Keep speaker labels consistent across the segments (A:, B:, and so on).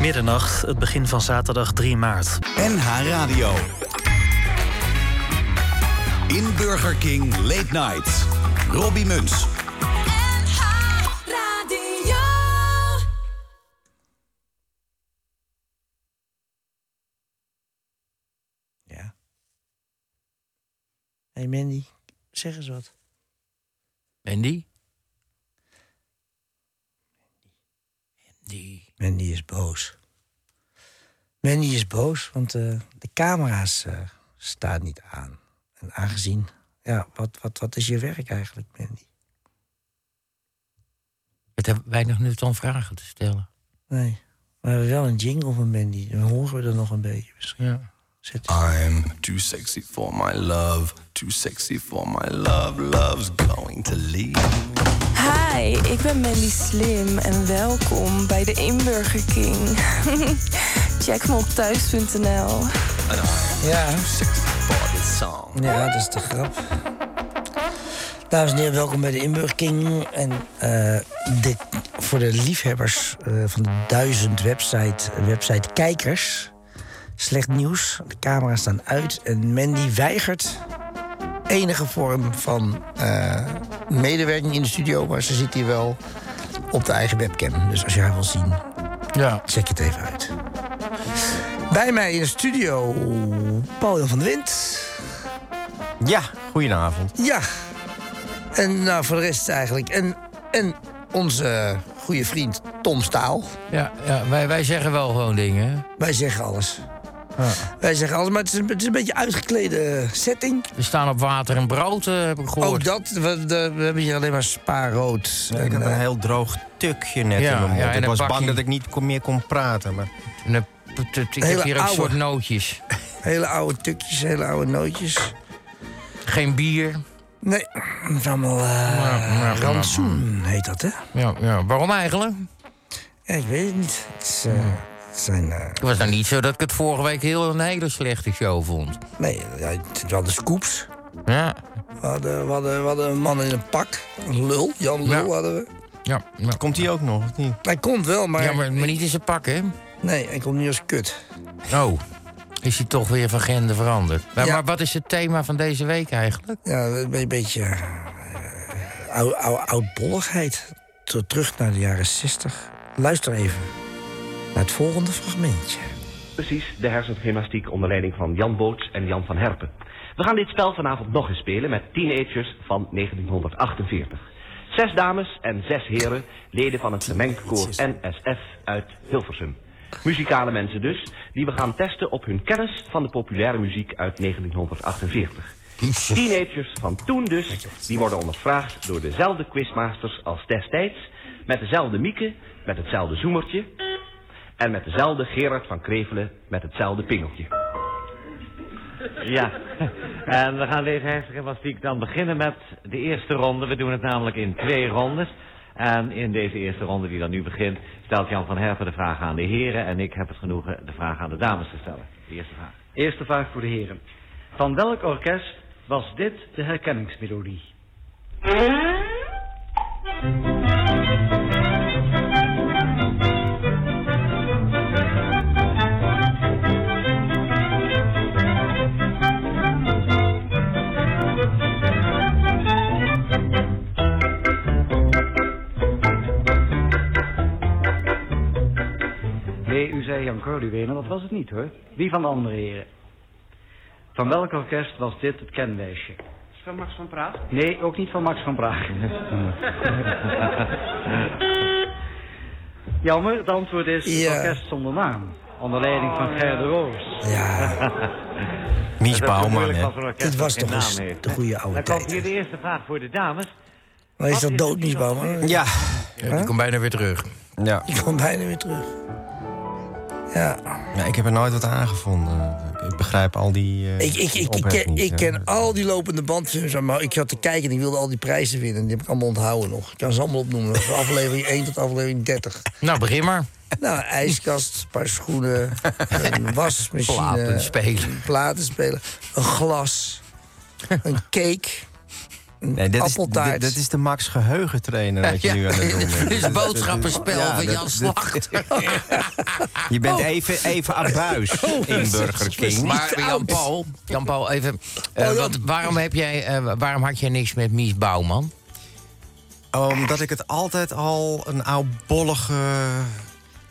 A: Middernacht, het begin van zaterdag 3 maart.
B: NH Radio. In Burger King Late Night. Robbie Muns.
C: Radio.
D: Ja. Hé hey Mandy, zeg eens wat.
E: Mandy? Mandy.
D: Mandy is boos. Mandy is boos, want eh, de camera's eh, staan niet aan. En aangezien... Ja, wat, wat, wat is je werk eigenlijk, Mandy?
E: Het hebben weinig nut om vragen te stellen.
D: Nee. We hebben wel een jingle van Mandy. Dan horen we er nog een beetje misschien.
E: Ja.
D: Zet
F: I'm too sexy for my love, too sexy for my love. Love's going to leave.
G: Hi, ik ben Mandy Slim en welkom bij de Inburger King. Check me op thuis.nl.
D: Ja.
F: For this song.
D: Ja, dat is de grap. Dames en heren, welkom bij de Inburg King. En eh, de, voor de liefhebbers eh, van de duizend website, website kijkers. Slecht nieuws, de camera's staan uit en Mandy weigert enige vorm van eh, medewerking in de studio. Maar ze zit hier wel op de eigen webcam. Dus als jij haar wil zien,
E: Ja.
D: check het even uit. Bij mij in de studio, Paul Jan van de Wind.
H: Ja, goedenavond.
D: Ja. En nou, voor de rest eigenlijk. En, en onze goede vriend Tom Staal.
E: Ja, ja wij, wij zeggen wel gewoon dingen. hè.
D: Wij zeggen alles. Wij zeggen alles, maar het is een, het is een beetje uitgeklede setting.
E: We staan op water en brood, eh, heb ik
D: Ook
E: gehoord.
D: dat, we, de- we hebben hier alleen maar spaarrood.
H: Ik
D: En,
H: had een
D: eh,
H: heel droog tukje net
E: ja,
H: in mijn mond.
E: ja, en
H: ik
E: een
H: was
E: bakkie.
H: bang dat ik niet kon- meer kon praten. Maar
E: En, eh, p- t- t- ik
D: Hele
E: heb hier ook
D: oude.
E: soort nootjes.
D: hele oude tukjes, hele oude nootjes.
E: Geen bier.
D: Nee, het is allemaal eh,
E: nou,
D: rantsoen heet dat, hè?
E: Ja, ja. Waarom eigenlijk?
D: Ja, ik weet het niet. Het, is, eh, het zijn... eh,
E: Het was nou niet zo dat ik het vorige week heel een hele slechte show vond.
D: nee, ja, het zijn wel de scoops.
E: Ja,
D: We hadden, we, hadden, we hadden een man in een pak. Een lul, Jan Lul
E: Ja.
D: hadden we.
E: ja. ja.
H: komt hij ook nog, of niet?
D: Hij komt wel, maar...
E: Ja, maar, maar niet in zijn pak, hè?
D: Nee, hij komt niet als kut.
E: Oh, is hij toch weer van gender veranderd. Maar,
D: Ja.
E: maar wat is het thema van deze week eigenlijk?
D: Ja, een be- beetje eh, oud, oud, oudbolligheid. Ter- Terug naar de jaren 60. Luister even naar het volgende fragmentje.
I: Precies, de hersengymnastiek onder leiding van Jan Boots en Jan van Herpen. We gaan dit spel vanavond nog eens spelen met teenagers van 1948. Zes dames en zes heren, leden van het gemengd koor NSF uit Hilversum. Muzikale mensen dus, die we gaan testen op hun kennis van de populaire muziek uit 1948. Teenagers van toen dus, die worden ondervraagd door dezelfde quizmasters als destijds, met dezelfde mieken, met hetzelfde zoemertje en met dezelfde Gerard van Krevelen met hetzelfde pingeltje.
J: Ja, en we gaan deze hersengymnastiek dan beginnen met de eerste ronde. We doen het namelijk in twee rondes. En in deze eerste ronde die dan nu begint, stelt Jan van Herpen de vraag aan de heren. En ik heb het genoegen de vraag aan de dames te stellen. De eerste vraag.
K: Eerste vraag voor de heren. Van welk orkest was dit de herkenningsmelodie? Nee, u zei Jan Corduwee, maar dat was het niet hoor. Wie van de andere heren? Van welk orkest was dit het kenwijsje?
J: Van Max van Praag.
K: Nee, ook niet van Max van Praag. Jammer, het antwoord is het
D: Ja.
K: orkest zonder naam. Onder leiding van Gerda Roos.
D: Ja,
H: Mies Bouwman, hè?
D: dit was toch eens
H: Dus-
J: een
D: de goede oude
J: Dan komt
D: tijd.
J: hier de
D: hè?
J: eerste vraag voor de dames.
D: Maar is
J: Wat
D: dat
J: is
D: dood
J: het
D: niet,
J: niet
D: Bouwman?
H: Ja.
E: Ja, die komt bijna weer terug.
H: Ja.
D: Ik kom bijna weer terug. Ja,
H: ja, ik heb er nooit wat aan gevonden. Ik begrijp al die eh,
D: ik, ik, ik, ik,
H: ophef
D: ken,
H: niet,
D: ik
H: hè.
D: ken al die lopende bandfilms, maar ik zat te kijken en ik wilde al die prijzen winnen. Die heb ik allemaal onthouden nog. Ik kan ze allemaal opnoemen. Van aflevering 1 tot aflevering 30.
E: Nou, begin maar.
D: Nou, ijskast, een paar schoenen, een wasmachine.
E: Platen spelen.
D: Platen spelen. Een glas. Een cake.
H: Nee, dit is,
D: appeltaart.
H: dit, dit is de Max geheugentrainer wat je nu aan het doen bent.
E: Dit is boodschappenspel
H: Ja,
E: van
H: dat-
E: Jan
H: dit-
E: Slachter.
H: Je bent
D: Oh.
H: even, even abuis in Burger King.
E: Maar Jan Paul, Jan Paul even. eh,
D: Oh,
E: wat, waarom, heb jij, eh, waarom had jij niks met Mies Bouwman?
H: Oh, Omdat ik het altijd al een oudbollige,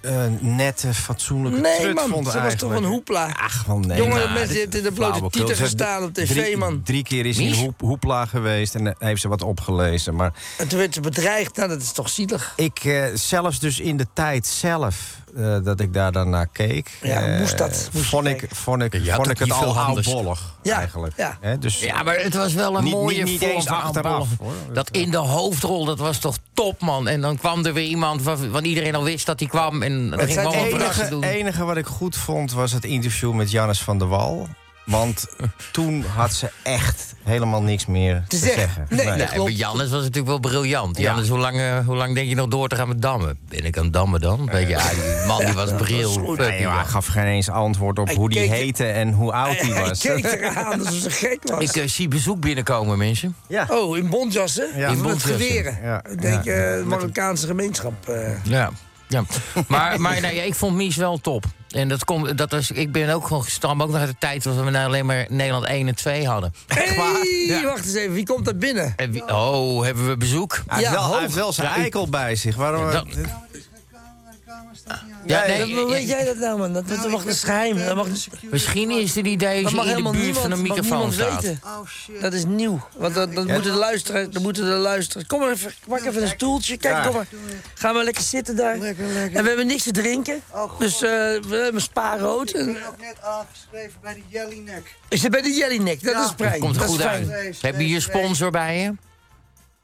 H: eh, nette, fatsoenlijke
D: Nee,
H: trut
D: man,
H: vond
D: ze was toch
H: eigenlijk.
D: een hoepla.
H: Ach, wel nee.
D: Jongen,
H: nou,
D: mensen
H: dit-
D: hebben in de blote
H: flauwekul.
D: tieten
H: Ze heeft
D: gestaan op
H: drie-
D: tv, man.
H: Drie keer is hij
D: Mies?
H: hoep, hoepla geweest en eh, heeft ze wat opgelezen. Maar
D: En toen werd ze bedreigd. Nou, dat is toch zielig.
H: ik, eh, zelfs dus in de tijd zelf eh, dat ik daar dan naar keek...
D: Ja,
H: eh,
D: moest dat, moest
H: vond
D: je
H: ik,
D: kijken.
H: vond ik,
E: Ja, je had
H: vond
E: ook
H: ik het
E: niet
H: al
E: veel anders.
H: oudbollig
D: Ja,
H: eigenlijk.
D: ja.
H: Hè, dus,
E: Ja, maar het was wel een
H: Niet-
E: mooie
H: niet- niet
E: vorm
H: eens
E: van
H: achteraf,
E: aanballen.
H: hoor.
E: Dat in de hoofdrol, dat was toch top, man. En dan kwam er weer iemand waarvan iedereen al wist dat hij kwam. En dat ging
H: Het
E: gewoon verrassen
H: enige,
E: doen.
H: enige wat ik goed vond was het interview met Jannes van der Wal. Want toen had ze echt helemaal niks meer te,
D: zeggen.
H: zeggen.
D: Nee, nee.
E: Nee, maar Jannes was natuurlijk wel briljant. Jannes, hoe, lang, eh, hoe lang denk je nog door te gaan met dammen? Ben ik aan het dammen dan? Weet je, ah, die man die was bril.
D: goed.
E: Fuck
H: Nee,
E: die
H: maar hij
E: man.
H: gaf geen eens antwoord op
D: Hij
H: hoe die
D: keek-
H: heette en hoe oud hij
D: Hij
H: was.
D: keek eraan alsof ze gek was.
E: Ik eh, zie bezoek binnenkomen, mensen.
H: Ja.
D: Oh, in bondjassen?
H: Ja. In
D: Met
E: bondjassen.
D: geweren.
H: Ja,
D: Ik denk,
H: ja.
D: eh, de Marokkaanse gemeenschap. eh.
E: Ja. ja. Maar, maar nee, ik vond Mies wel top. En dat komt, dat was, ik ben ook gewoon gestam, ook nog uit de tijd dat we nou alleen maar Nederland 1 en 2 hadden.
D: hey,
E: Ja.
D: wacht eens even. Wie komt daar binnen?
E: En wie- oh, hebben we bezoek?
H: Hij, heeft
D: Ja,
H: wel, hij
D: hoog.
H: heeft wel zijn eikel bij zich. Waarom,
E: Dat- Ja, nee,
D: Hoe weet jij dat nou, man? Dat, dat mag dat is geheim. Dat mag,
E: Misschien is het idee
D: dat
E: dat je
D: mag
E: in de
D: helemaal
E: buurt
D: niemand,
E: van een
D: mag
E: microfoon
D: niemand
E: staat.
D: weten. Dat is nieuw. Want dat, dat moeten de luisteren. Dat moeten de luisteren. Kom maar even. Pak even een stoeltje. Kijk,
H: Ja.
D: kom maar. Ga maar lekker zitten daar. En we hebben niks te drinken. dus eh, we hebben spa rood. En,
C: net aangeschreven bij de Jellyneck.
D: is het bij de Jellyneck? Dat is fijn.
E: Dat komt er
D: dat
E: goed
D: is fijn.
E: uit. Heb je je sponsor bij je?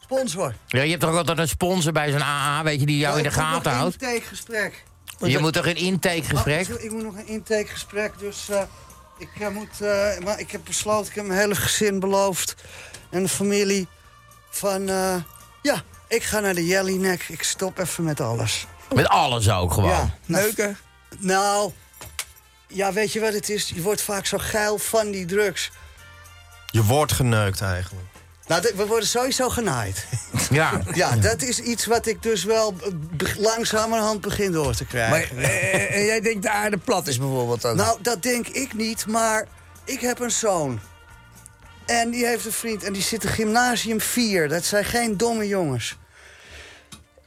C: Sponsor.
E: Ja, je hebt toch altijd een sponsor bij zo'n AA, weet je, die jou in de gaten houdt?
C: Een intakegesprek.
E: Je moet toch een intakegesprek?
C: Ach, Ik moet nog een intakegesprek, dus eh, ik eh, moet... eh, maar ik heb besloten, ik heb mijn hele gezin beloofd. En de familie van... eh, ja, ik ga naar de Jellyneck. Ik stop even met alles.
E: Met alles ook gewoon.
C: Ja, nou,
D: Neuken.
C: nou... Ja, weet je wat het is? Je wordt vaak zo geil van die drugs.
H: Je wordt geneukt eigenlijk.
C: Nou, dit- we worden sowieso genaaid.
E: Ja.
C: Ja, dat is iets wat ik dus wel eh, be- langzamerhand begin door te
D: Maar,
C: krijgen.
D: eh, en jij denkt de aarde plat is bijvoorbeeld dan?
C: Nou, dat denk ik niet, maar ik heb een zoon. En die heeft een vriend en die zit in gymnasium 4. Dat zijn geen domme jongens.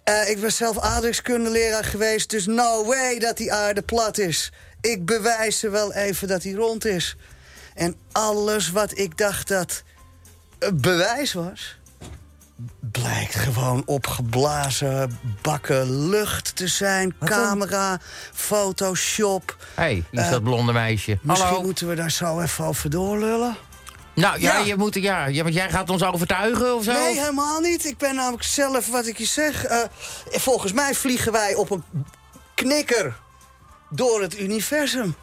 C: Eh, ik ben zelf aardrijkskundeleraar geweest, dus no way dat die aarde plat is. Ik bewijs ze wel even dat die rond is. En alles wat ik dacht dat eh, bewijs was... blijkt gewoon opgeblazen bakken lucht te zijn. camera, photoshop...
E: Hé, hey, is dat blonde meisje?
C: Eh, Misschien
E: Hallo?
C: moeten we daar zo even over doorlullen.
E: Nou ja,
C: Ja.
E: Je moet, ja, ja, want jij gaat ons overtuigen of zo?
C: Nee, helemaal niet. Ik ben namelijk zelf wat ik je zeg. eh, volgens mij vliegen wij op een knikker door het universum.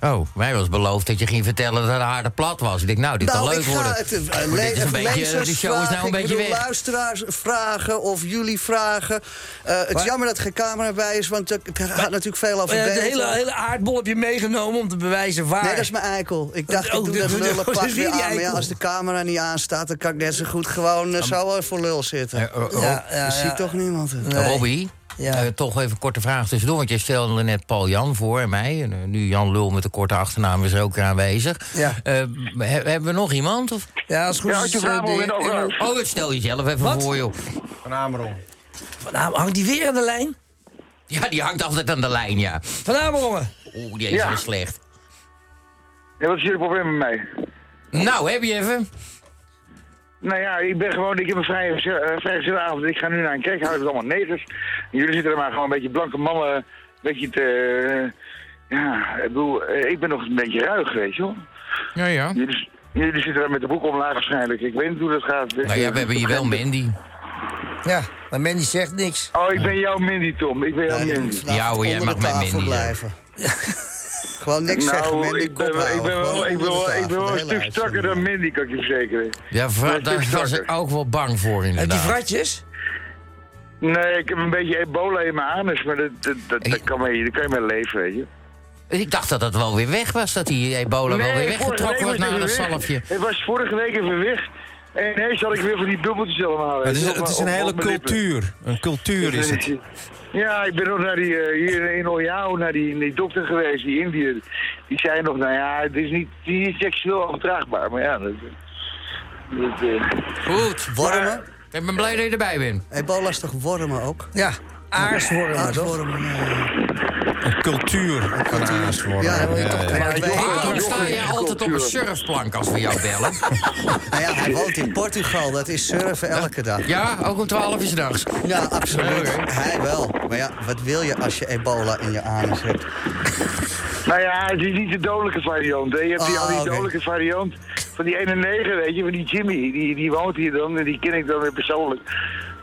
E: Oh, mij was beloofd dat je ging vertellen dat de aarde plat was. Ik denk, nou, dit kan
C: nou,
E: leuk
C: ik ga
E: worden.
C: het eh,
E: Maar
C: le-
E: dit is een beetje,
C: lezers
E: de show is
C: vragen,
E: nou een
C: ik
E: beetje
C: bedoel,
E: weg.
C: luisteraars vragen of jullie vragen. Eh, het is jammer dat er geen camera bij is, want eh, er er gaat natuurlijk veel over
D: Eh, de
C: beter.
D: hele, hele aardbol heb je meegenomen om te bewijzen waar.
C: Nee, dat is mijn eikel. Ik dacht,
D: Oh,
C: ik doe
D: dat-
C: dat
D: dat-
C: lullen
D: dat
C: pak
D: is weer
C: weer
D: die
C: aan. Maar ja,
D: eikel.
C: als de camera niet aanstaat, dan kan ik net zo goed gewoon eh, zo eh, voor lul zitten.
D: ja, ja,
C: Dan zie
D: ja.
C: ik toch niemand. het.
D: Nee.
E: Robby,
D: Ja.
E: eh, toch even een korte vraag tussendoor. Want jij stelde net Paul Jan voor en mij. En, eh, nu Jan Lul met de korte achternaam is er ook weer aanwezig.
D: Ja.
E: Eh, he- hebben we nog iemand? Of?
D: Ja, als het goed is. eh, de-
E: Oh, dat stel jezelf even voor, joh.
H: Van Amerom.
D: Van Amerongen, hangt die weer aan de lijn?
E: Ja, die hangt altijd aan de lijn, ja.
D: Van Amerongen.
E: Oeh, die is
L: Ja.
E: wel slecht.
L: Ja, wat is jullie probleem met mij?
E: Nou, heb je even?
L: Nou ja, ik ben gewoon, ik heb een vrije, eh, vrije gezellige avond. Ik ga nu naar een kerkhuis met allemaal negers. En jullie zitten er maar gewoon een beetje blanke mannen, een beetje te... eh, ja, ik bedoel, eh, ik ben nog een beetje ruig, weet je wel.
E: Ja, ja.
L: Jullie, jullie zitten daar met de boek omlaag waarschijnlijk. Ik weet niet hoe dat gaat.
E: Nou ja, we hebben hier wel Mandy.
D: Ja, maar Mandy zegt niks.
L: Oh, ik ben jouw Mindy, Tom. Ik ben jouw
C: Ja, die
L: Mindy.
C: moet vanavond
E: Ja, hoor, jij
C: onder
E: mag
C: de
E: mijn
C: tafel
E: Mindy
C: blijven. Gewoon niks zeggen,
L: Nou,
C: Mindy.
L: ik ben, wel- ik ben wel, ik ben wel, ik ben wel een stuk strakker dan Mindy, kan ik je verzekeren.
E: Ja,
L: Maar
E: vra-
L: een
E: daar nou.
L: stuk
E: was ik
L: strakker.
E: ook wel bang voor,
D: En Eh, die
E: inderdaad.
D: vratjes?
L: Nee, ik heb een beetje ebola in mijn anus, maar dat, dat, dat, dat kan mee, daar kan je mee leven, weet je.
E: Ik dacht dat dat wel weer weg was, dat die ebola wel weer
L: vorige
E: weggetrokken wordt
L: week was
E: na
L: het
E: dat
L: weer weg.
E: zalfje.
L: Het was vorige week even weg. En nee, zal ik weer van die bubbeltjes allemaal.
H: Het is,
L: weet je, op
H: het is een
L: mijn- op-
H: hele
L: op mijn lippen.
H: cultuur. Een cultuur is het.
L: Ja, ik ben nog naar die, eh, hier in Oljao naar die, die dokter geweest, die Indiër. Die zei nog, nou ja, het is niet, het is niet seksueel overdraagbaar. Maar ja, dat... dat eh,
E: Goed, wormen. Eh, Ik ben blij dat je erbij bent.
C: Ebola is toch wormen ook?
D: Ja, aarswormen, toch?
C: Aarswormen,
H: Een cultuur van aaswormen.
C: Ja, dat wil je
H: Ja,
C: toch
H: ja.
C: kwijt. Maar wij-
E: Waarom sta je altijd op een surfplank als we jou bellen?
C: Nou ja, hij woont in Portugal. Dat is surfen elke dag.
E: Ja, ook om 12 uur 's nachts.
C: Ja, absoluut. Hij wel. Maar ja, wat wil je als je ebola in je anus hebt?
L: Nou ja, het is niet de dodelijke variant. Hè. Je hebt die,
C: Ah,
L: al die
C: oké.
L: dodelijke variant van die 91, weet je, van die Jimmy. Die, die woont hier dan en die ken ik dan weer persoonlijk.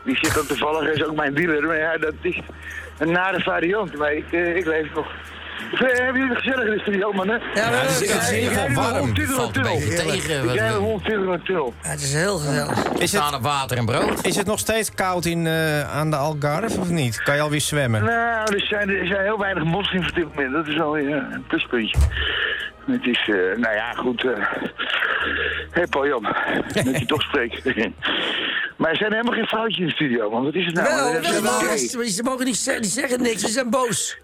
L: Die zit dan toevallig, is ook mijn dealer. Maar ja, dat is een nare variant. Maar ik, eh, ik leef nog. Eh, Hebben jullie het gezellig in de studio, man? Hè?
D: Ja, we- het is- het is in ieder geval warm.
E: Valt een beetje tegen.
L: Ik
E: wat
L: jij
E: we-
L: rond tillen en til.
D: Het is heel gezellig.
H: Is
E: Staan op water en brood.
H: Is het nog steeds koud in, eh, aan de Algarve of niet? Kan je alweer zwemmen?
L: Nou, er zijn, er zijn heel weinig moslims op dit moment. Dat is alweer eh, een pluspuntje. Het is, eh, nou ja, goed. eh. Hé, Paul Jan, dat je toch spreekt. maar er zijn helemaal geen foutjes in de studio, want wat is het nou?
D: Wel,
L: Dat is
D: wel,
L: een
D: wel,
L: idee.
D: ze ze mogen niet zeggen, die zeggen niks, ze zijn boos.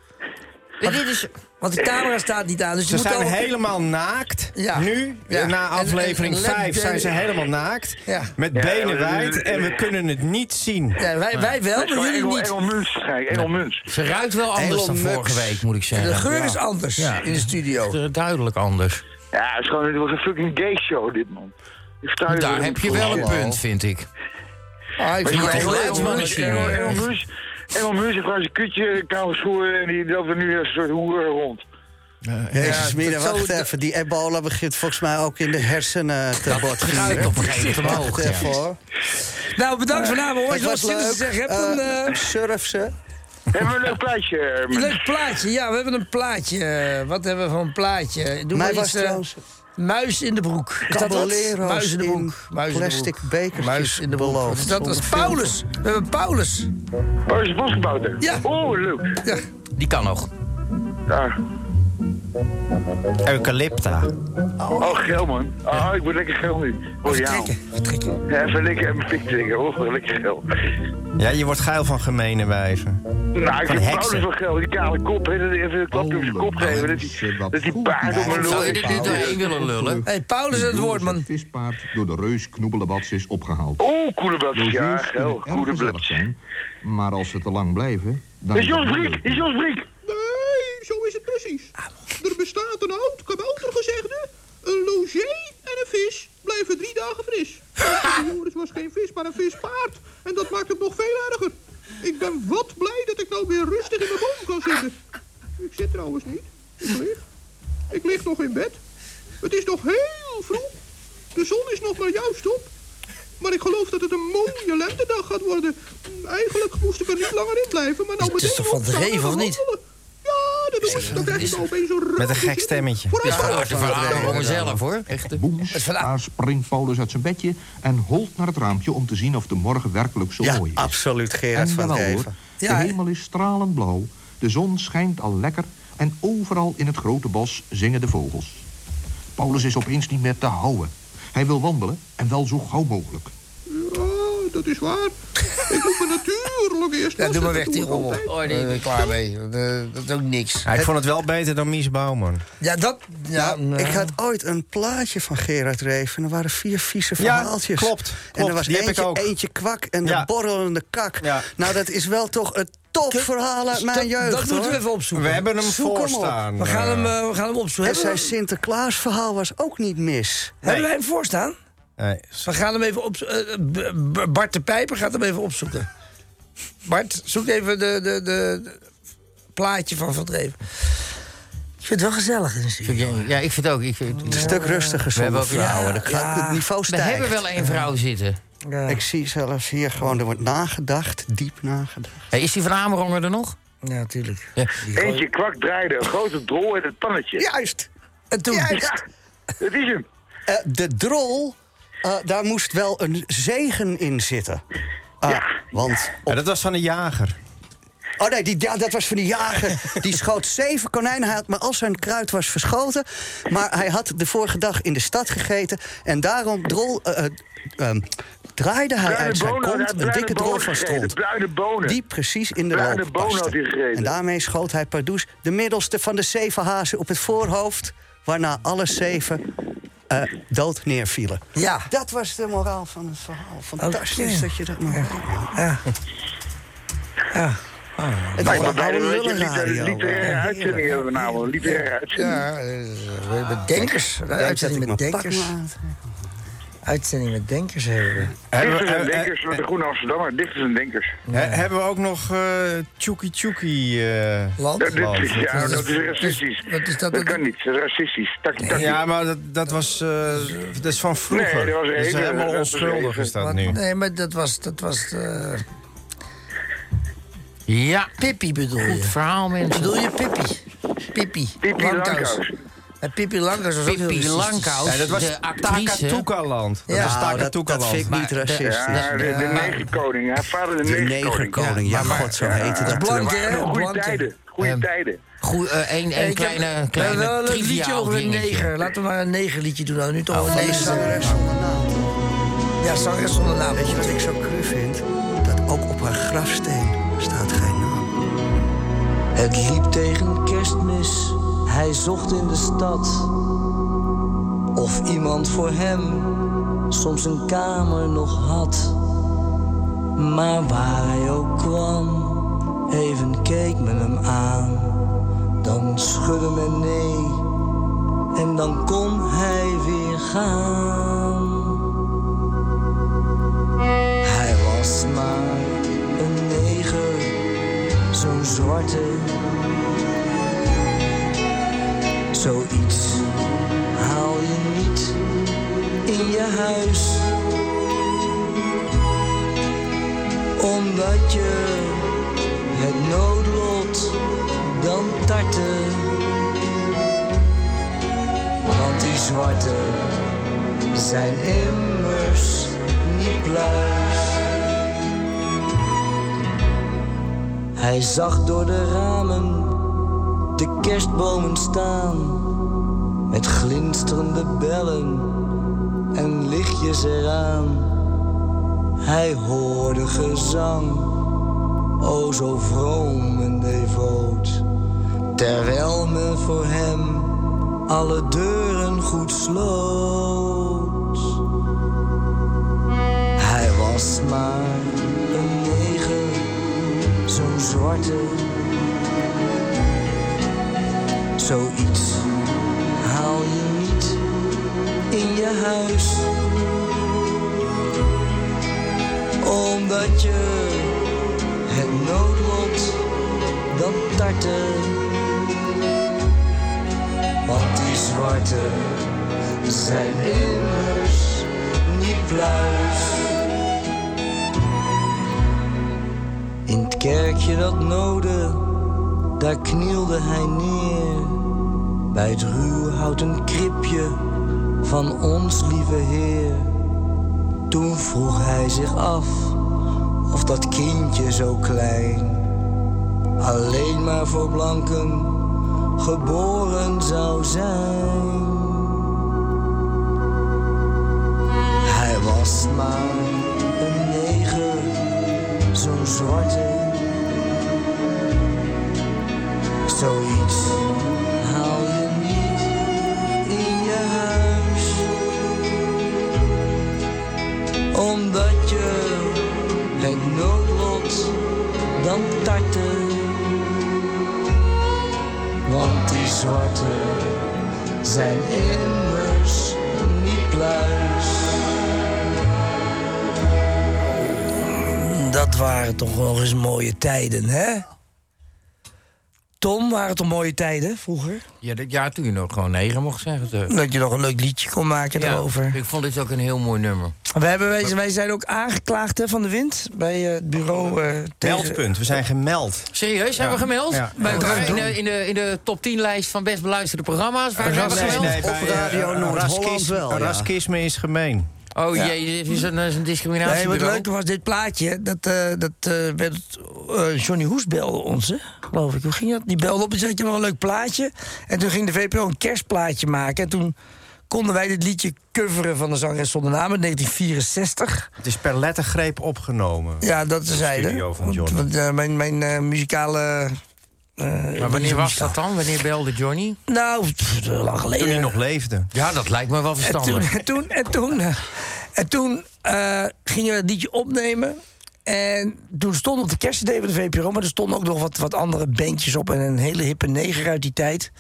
D: Want, want de camera staat niet aan, dus je
H: Ze
D: moet
H: zijn
D: al-
H: helemaal naakt.
D: Ja.
H: Nu,
D: Ja.
H: na
D: En- en-
H: aflevering
D: en-
H: 5, zijn ze helemaal naakt.
D: Ja.
H: Met
L: Ja,
H: benen
L: maar dat is-
H: wijd en we kunnen het niet zien.
D: Ja, wij, wij wel,
L: Dat is
D: maar
L: gewoon
D: jullie
L: Engel-
D: niet.
L: Engelmuns, kijk, Engelmuns.
E: Ze ruikt wel anders dan
D: Elon
E: vorige
D: Musk.
E: week, moet ik zeggen.
D: De geur is
E: Ja.
D: anders
E: Ja.
D: in de studio.
E: Eh, Duidelijk anders.
L: Ja, het is gewoon het was een fucking gay show, dit man. Ik vertrouw je
E: Daar
L: er
E: heb je
L: niet
E: wel
L: voor.
E: een punt, vind ik.
D: Ah, ik
L: Maar
D: vind
L: je
E: Ja,
L: weet
D: het
E: het
L: wel,
E: lijkt
L: Engel
E: wel
L: Muns-
E: een
L: Engel-
E: show.
L: Engel Muns- Engel Muns heeft gewoon zijn kutje koude schoenen en die loopt er nu als een soort hoer eh, rond.
E: Eh,
C: Jezus, Mina,
D: dat-
C: wacht
D: zo-
C: even. Die ebola begint volgens mij ook in de hersenen te
E: Dat
C: worden.
E: gaat op een gegeven moment
C: Wacht
E: omhoog,
C: even
E: ja.
C: hoor.
D: Nou, bedankt vanavond hoor.
C: Het
D: Als je wat
C: was
D: zinnigs te zeggen
C: Eh, leuk.
D: hebt, dan... eh,
C: Eh, Surf ze.
L: Hebben we een leuk plaatje,
D: een
L: Herman?
D: leuk plaatje, ja, we hebben een plaatje. Eh, Wat hebben we voor een plaatje? Doe
C: Mij
D: maar
C: was
D: iets... eh,
C: trouwens
D: Muis in de broek. Is dat wat?
C: Caballeros
D: Muis in de broek.
C: in
D: Muis in de
C: plastic
D: broek.
C: bekertjes
D: Muis in de broek.
C: beloofd.
D: Wat is dat? Dat is
C: Zonder filter.
D: Paulus. We hebben Paulus.
L: Oh, is het bosgebouwd?
D: Ja.
L: Oh, leuk.
D: Ja.
E: Die kan nog.
L: Daar.
H: Eucalypta.
L: Oh, geel man. Oh, ik word lekker geel nu. Oh,
D: Even
L: ja.
D: trekken. Even trekken.
L: Ja, Even lekker en mijn pik trekken. Oh, lekker geel.
H: Ja, je wordt geil van gemene wijven.
L: Nou, ik
H: Van
L: heb
H: heksen.
L: Paulus van geel. Die kale kop, hè. Dat even een klapje op zijn kop geven. Dat die, dat die paard op mijn
E: Zou je
L: lul
E: dit niet doorheen willen lullen?
D: hey, Paulus aan het woord, man.
M: vispaard door de reus knoebelebats is opgehaald.
L: Oh, koele blad. Ja,
M: Lozers kunnen
L: geel.
M: erg
L: Goede
M: gezellig
L: blad.
M: zijn, maar als ze te lang blijven... Dan
L: Is Jos Briek? Is Jos Briek?
M: Nee, zo is het precies. Er bestaat een oud kaboutergezegde. Een logé en een vis blijven drie dagen fris. Maar Joris was geen vis, maar een vispaard. En dat maakt het nog veel erger. Ik ben wat blij dat ik nou weer rustig in mijn boom kan zitten. Ik zit trouwens niet. Ik lig. Ik lig nog in bed. Het is nog heel vroeg. De zon is nog maar juist op. Maar ik geloof dat het een mooie lentedag gaat worden. Eigenlijk moest ik er niet langer in blijven, maar nou
D: Het is
M: meteen
D: toch van
M: opstaan en
D: dreven,
M: gaan
D: of niet?
M: wandelen. Ja, dat doe ik. Dan krijg ik nou opeens zo'n raar
H: Met een gek
M: zin.
H: stemmetje.
M: Vooruit,
E: Ja,
M: vooruit.
E: harte verhalen voor mezelf, hoor. Echt.
M: Boens, daar springt Paulus uit zijn bedje en holt naar het raampje om te zien of de morgen werkelijk zo
C: Ja,
M: mooi is.
C: absoluut Gerard
M: En
C: van
M: wel hoor,
C: Geven.
M: de
D: Ja, hè?
M: hemel is stralend blauw, de zon schijnt al lekker en overal in het grote bos zingen de vogels. Paulus is opeens niet meer te houden. Hij wil wandelen en wel zo gauw mogelijk. Ja, dat is waar. Ik moet me natuurlijk eerst
D: Ja, doe maar weg die rommel.
M: rol.
E: Oh,
D: Daar ben
E: nee.
D: ik klaar mee. Dat, eh, Dat is ook niks.
H: Ja, ik vond het wel beter dan Mies Bouwman.
D: Ja, dat... Ja, eh,
C: Nou, ik had ooit een plaatje van Gerard Reven. en Er waren vier vieze
H: Ja,
C: verhaaltjes.
H: klopt,
C: En
H: klopt,
C: er was
H: die heb ik
C: eentje,
H: ook.
C: eentje kwak en
H: Ja.
C: de borrelende kak.
H: Ja.
C: Nou, dat is wel toch een topverhaal uit mijn jeugd,
D: Dat moeten we
C: hoor.
D: even opzoeken.
H: We hebben hem
C: Zoek hem
H: voor
C: op.
H: staan.
D: We gaan hem, eh, we gaan hem opzoeken.
C: En
D: Hebben
C: zijn
D: we-
C: Sinterklaasverhaal was ook niet mis.
D: hebben wij hem voorstaan?
H: Nee,
D: We gaan hem even eh, opzoeken. Bart de Pijper gaat hem even opzoeken. Bart, zoek even de, de, de, de plaatje van Van Dreven. Ik vind het wel gezellig in de studio.
E: Ja, ik vind het ook. Ik vind,
C: Een stuk rustiger
E: we hebben
C: zonder
E: ook
C: vrouwen.
E: vrouwen.
C: Dat gaat het niveau
E: We
C: stijgt.
E: hebben wel één vrouw zitten.
D: Ja.
C: Ik zie zelfs hier gewoon, er wordt nagedacht, diep nagedacht.
E: Hey, Is die van Amerongen er nog?
D: Ja, tuurlijk.
L: Eentje kwak draaide, een grote drol in het pannetje.
C: Juist.
D: En toen...
L: ja. Dat is hem.
C: Eh, de drol, eh, daar moest wel een zegen in zitten. Ah, Want
H: Ja, dat was van de jager.
C: Oh nee, die, ja, dat was van die jager. Die schoot zeven konijnen. Hij had maar al zijn kruid was verschoten. Maar hij had de vorige dag in de stad gegeten. En daarom drol, eh, eh, ehm, draaide hij
L: Bruine
C: uit zijn
L: bonen, hij had
C: kont een
L: bruine
C: dikke drol
L: bonen
C: van
L: gegeten,
C: stront.
L: bruine bonen.
C: Die precies in de
L: Bruine
C: loop
L: bonen had hij
C: paste.
L: gegeten.
C: En daarmee schoot hij Pardoes de middelste van de zeven hazen op het voorhoofd. Waarna alle zeven eh, dood neervielen.
D: Ja.
C: Dat was de moraal van het verhaal. Fantastisch
D: Oké.
C: dat je dat Oh, nog...
D: Ja. Ja.
C: Het
L: Lijkt
C: is
L: me
C: een
L: bijna
C: oude
L: een beetje een
C: lullenradio.
L: literaire- literaire uitzending hebben we nou. Een literaire uitzending.
D: Ja, eh, we hebben denkers.
L: Ik
D: Een
L: denk
D: Uitzending
L: dat ik
D: met
L: mijn pak
D: denkers. Uitzending met denkers hebben we.
L: Dichters en denkers van de Groene Amsterdammer. Dichters en denkers.
H: He- hebben we ook nog eh Tjoekie Tjoekie eh
L: Dat, dit is, ja, dat is racistisch.
D: Dat,
L: kan niet, dat is racistisch. Tak, tak,
H: Ja, maar dat, dat was eh, dat is van vroeger.
L: Nee, dat was
H: is
L: even, dat
H: helemaal
L: was
H: onschuldig
L: even.
H: is dat
L: Wat-
H: nu.
D: Nee, maar dat was... Dat was eh,
E: Ja.
D: Pippi bedoel je?
E: Goed verhaal, mensen.
D: Bedoel je Pippi? Pippi.
L: Pippi Langkous.
D: En Pippi Langkous was ook heel
E: Pippi
D: racistisch.
E: Langkous,
H: Ja, dat was
E: de actrice.
H: Takatuka-land. Dat
D: Ja,
H: was
D: nou, dat-
H: Takatuka-land.
C: dat vind ik niet
H: Maar-
C: racistisch.
L: Ja, de, de
C: Ja.
L: negerkoning. Haar vader de,
C: De negerkoning, ja,
L: maar-
C: god, zo heette dat
L: Maar
C: toen.
L: waren nog Goede tijden. Goede tijden.
E: Goed, eh, één
D: Eh,
E: één
D: ik heb-
E: kleine,
D: we
E: kleine
D: hebben wel een leuk liedje
E: triviaal
D: over een
E: dingetje.
D: neger. Laten we maar een neger liedje doen. Nou, nu
E: Oh,
D: toch
C: Van
D: een
C: de zangeres
D: neger.
C: zonder naam.
D: Ja, zangeres zonder naam.
C: Weet je wat ik zo cru vind? Dat ook op haar grafsteen staat geen naam.
N: Het liep tegen kerstmis, hij zocht in de stad. Of iemand voor hem soms een kamer nog had. Maar waar hij ook kwam, even keek men hem aan. Dan schudde men nee en dan kon hij weer gaan. Hij was maar een neger, zo'n zwarte. Zoiets haal je niet in je huis. Omdat je het noodlot dan tartte. Want die zwarte zijn immers niet pluis. Hij zag door de ramen de kerstbomen staan met glinsterende bellen en lichtjes eraan. Hij hoorde gezang, o zo vroom en devoot, terwijl men voor hem alle deuren goed sloot. Hij was maar een neger, zo'n zwarte Zoiets haal je niet in je huis. Omdat je het noodlot dan tartte. Want die zwarte zijn immers niet pluis. In het kerkje dat noden, daar knielde hij neer bij het ruw houten kribje van ons lieve Heer. Toen vroeg hij zich af of dat kindje zo klein alleen maar voor blanken geboren zou zijn. Hij was maar een neger, zo'n zwarte. Zoiets haal je niet in je huis. Omdat je het noodlot dan tartte. Want die zwarte zijn immers niet pluis.
D: Dat waren toch nog eens mooie tijden, hè? Tom, waren het toch mooie tijden vroeger?
E: Ja, dat, ja, toen je nog gewoon negen mocht zeggen. toch?
D: Dat je nog een leuk liedje kon maken
E: Ja,
D: daarover.
E: Ik vond dit ook een heel mooi nummer.
D: We hebben, wij, wij zijn ook aangeklaagd hè, van de wind bij eh, het bureau. eh tegen-
H: Meldpunt, we zijn gemeld.
E: Serieus,
H: Ja.
E: hebben we gemeld?
H: Ja.
E: Bij
H: Ja.
E: elkaar in, de, in, de, in de top 10 lijst van best beluisterde programma's. Waar hebben we gemeld?
H: bij, eh, raskisme- Raskisme is gemeen.
E: Oh jee, dit is een, dat is een discriminatie.
D: Nee, wat leuker was dit plaatje. Dat, eh, dat eh, werd, eh, Johnny Hoes belde ons, hè, geloof ik. Hoe ging dat? Die belde op en zei, je wel een leuk plaatje. En toen ging de VPRO een kerstplaatje maken. En toen konden wij dit liedje coveren van de zangeres zonder naam in 1964.
H: Het is per lettergreep opgenomen.
D: Ja, dat
H: eh, De
D: ze zeiden.
H: studio van Johnny.
D: Want, eh, mijn mijn eh, muzikale... eh,
E: Maar wanneer was dat dan? Wanneer belde Johnny?
D: Nou, pff, lang geleden.
H: Toen hij nog leefde.
E: Ja, dat lijkt me wel
D: En toen,
E: verstandig.
D: en toen, en toen, eh, en toen eh, gingen we het liedje opnemen. En toen stond op de kerstdate van de VPRO... maar er stonden ook nog wat, wat andere bandjes op... en een hele hippe neger uit die tijd.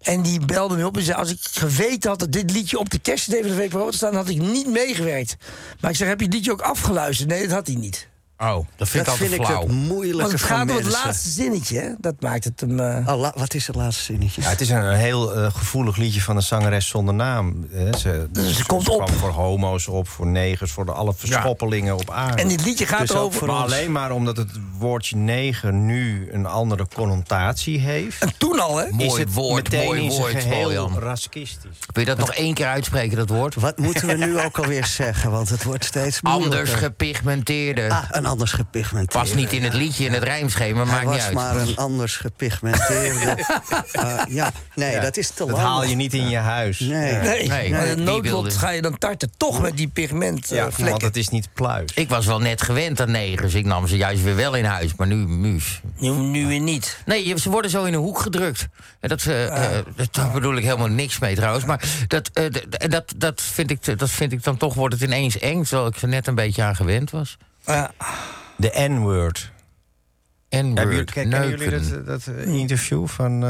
D: En die belde me op en zei... als ik geweten had dat dit liedje op de kerstdate van de VPRO had staan... had ik niet meegewerkt. Maar ik zeg, heb je het liedje ook afgeluisterd? Nee, dat had hij niet.
E: Oh, dat vind ik altijd flauw.
D: Want het gaat om het laatste zinnetje, hè? Dat maakt het hem... eh,
C: Oh, wat is het laatste zinnetje?
H: Ja, het is een, een heel eh, gevoelig liedje van de zangeres zonder naam. hè. ze ze
D: Dus komt
H: kwam voor homo's op, voor negers, voor de, alle verschoppelingen op aarde.
D: En dit liedje gaat
H: ook
D: erover-
H: Maar alleen maar omdat het woordje neger nu een andere connotatie heeft.
D: En toen al, hè?
H: is
E: Mooi
H: het
E: woord,
H: meteen
E: mooi
H: in zijn
E: woord,
H: geheel
E: Bojan.
H: racistisch.
E: Wil je dat nog één keer uitspreken, dat woord?
C: Wat moeten we nu ook alweer zeggen? Want het wordt steeds moeilijker.
E: Anders gepigmenteerde.
C: Ah, een anders gepigmenteerde.
E: Pas niet in het liedje, in het rijmschema,
C: Hij
E: maakt
C: was
E: niet uit.
C: maar een anders gepigmenteerde. Eh, ja, nee,
H: Ja,
C: dat is te
H: dat
C: lang.
H: haal je niet in je huis.
C: Nee.
D: Nee, maar het noodlot
E: wilde-
D: ga je dan tarten. Toch met die
H: Ja,
D: pigmentvlekken.
H: want het is niet pluis.
E: Ik was wel net gewend aan negers. Ik nam ze juist weer wel in huis, maar nu muus.
D: Nu, nu weer niet.
E: Nee, je- ze worden zo in een hoek gedrukt. En dat, eh,
H: Ah.
E: eh, dat- daar bedoel ik helemaal niks mee trouwens. Maar dat, eh, d- d- en dat, dat, vind ik, te- dat vind ik dan toch wordt het ineens eng, terwijl ik er net een beetje aan gewend was.
H: De N-word. Hebben jullie-
E: N-word,
H: ken- Kennen jullie
E: neuken. Mm.
H: dat, dat eh, interview van...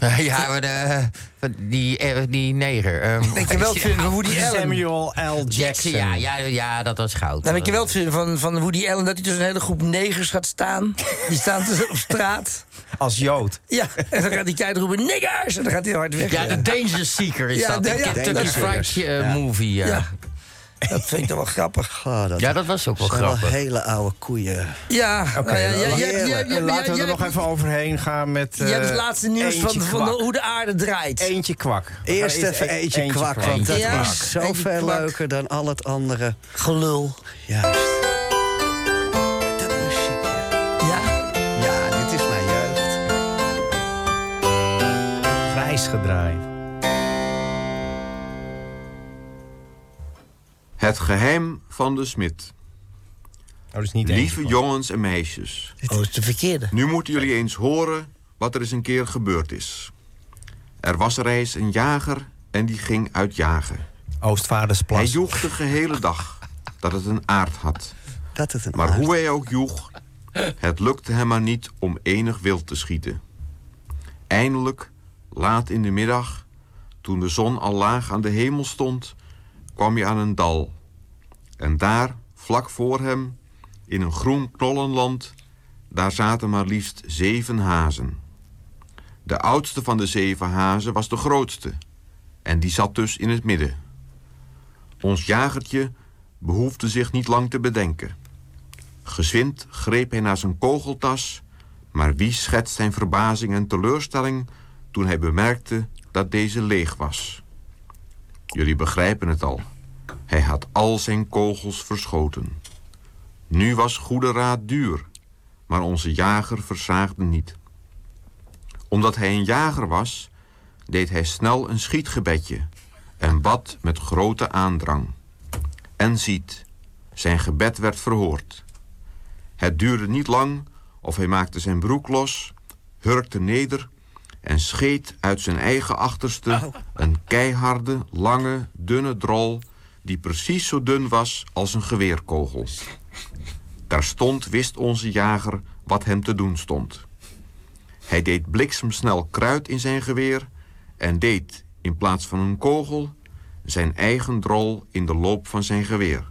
H: eh,
E: Ja, maar de, van die, eh, die neger. ehm,
D: Ik heb wel het vinden van Woody Allen.
H: Samuel L. Nou, Jackson.
E: Ja, ja, ja, dat was goud.
D: Dan heb ik je wel het vinden Nou, van, van Woody Allen dat hij tussen een hele groep negers gaat staan. Die staan tussen op straat.
H: Als Jood.
D: Ja, en dan gaat die tijd roepen, niggers! En dan gaat hij hard weg.
E: Ja, de Danger Seeker is
D: Ja,
E: dat.
D: de-
E: De,
D: ja.
E: Kentucky
D: Danger
E: Fried
D: Seekers.
E: eh,
D: Ja.
E: Movie, ja.
D: Ja. Dat vind ik toch wel grappig.
C: Oh, dat
E: Ja, dat was ook wel
C: zijn
E: grappig.
C: hele oude koeien.
D: Ja, nou ja, ja, ja, ja, ja, ja,
H: laten we
D: ja,
H: er nog even overheen gaan met... eh,
D: Je hebt het laatste nieuws van, van de- hoe de aarde draait.
H: Eentje kwak.
C: Eerst even eentje kwak, want dat
D: Ja.
C: is zoveel
D: kwak.
C: leuker dan al het andere.
D: Gelul.
C: Juist. Dat muziekje.
D: Ja.
C: Ja, dit is mijn jeugd.
H: Grijs gedraaid.
O: Het geheim van de smid.
H: dat is niet
O: Lieve jongens en meisjes.
D: Oh, het is de verkeerde.
O: Nu moeten jullie eens horen wat er eens een keer gebeurd is. Er was er eens een jager en die ging uit jagen. Hij
H: Oostvaardersplas.
O: joeg de gehele dag dat het een aard had.
C: Dat het een
O: Maar
C: aard-
O: hoe hij ook joeg, het lukte hem maar niet om enig wild te schieten. Eindelijk, laat in de middag, toen de zon al laag aan de hemel stond, kwam hij aan een dal. En daar, vlak voor hem, in een groen knollenland, daar zaten maar liefst zeven hazen. De oudste van de zeven hazen was de grootste, en die zat dus in het midden. Ons jagertje behoefde zich niet lang te bedenken. Gezwind greep hij naar zijn kogeltas, maar wie schetst zijn verbazing en teleurstelling toen hij bemerkte dat deze leeg was. Jullie begrijpen het al. Hij had al zijn kogels verschoten. Nu was goede raad duur, maar onze jager verzaagde niet. Omdat hij een jager was, deed hij snel een schietgebedje en bad met grote aandrang. En ziet, zijn gebed werd verhoord. Het duurde niet lang of hij maakte zijn broek los, hurkte neder en scheet uit zijn eigen achterste een keiharde, lange, dunne drol die precies zo dun was als een geweerkogel. Terstond wist onze jager wat hem te doen stond. Hij deed bliksemsnel kruid in zijn geweer en deed, in plaats van een kogel, zijn eigen drol in de loop van zijn geweer.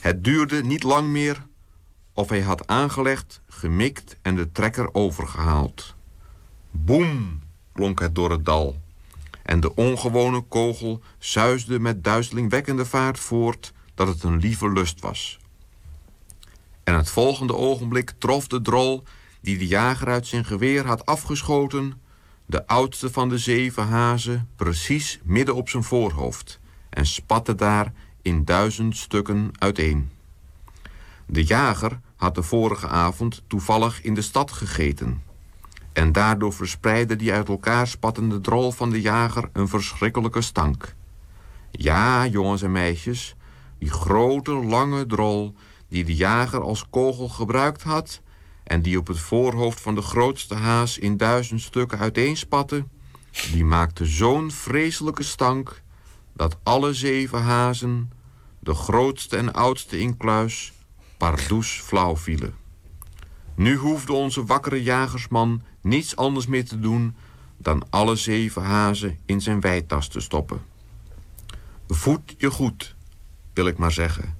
O: Het duurde niet lang meer of hij had aangelegd, gemikt en de trekker overgehaald. Boem, klonk het door het dal. En de ongewone kogel zuisde met duizelingwekkende vaart voort dat het een lieve lust was. En het volgende ogenblik trof de drol die de jager uit zijn geweer had afgeschoten, de oudste van de zeven hazen, precies midden op zijn voorhoofd en spatte daar in duizend stukken uiteen. De jager had de vorige avond toevallig in de stad gegeten. En daardoor verspreidde die uit elkaar spattende drol van de jager een verschrikkelijke stank. Ja, jongens en meisjes, die grote, lange drol die de jager als kogel gebruikt had en die op het voorhoofd van de grootste haas in duizend stukken uiteenspatte, die maakte zo'n vreselijke stank dat alle zeven hazen, de grootste en oudste in kluis, pardoes flauw vielen. Nu hoefde onze wakkere jagersman niets anders meer te doen dan alle zeven hazen in zijn weitas te stoppen. Voed je goed, wil ik maar zeggen.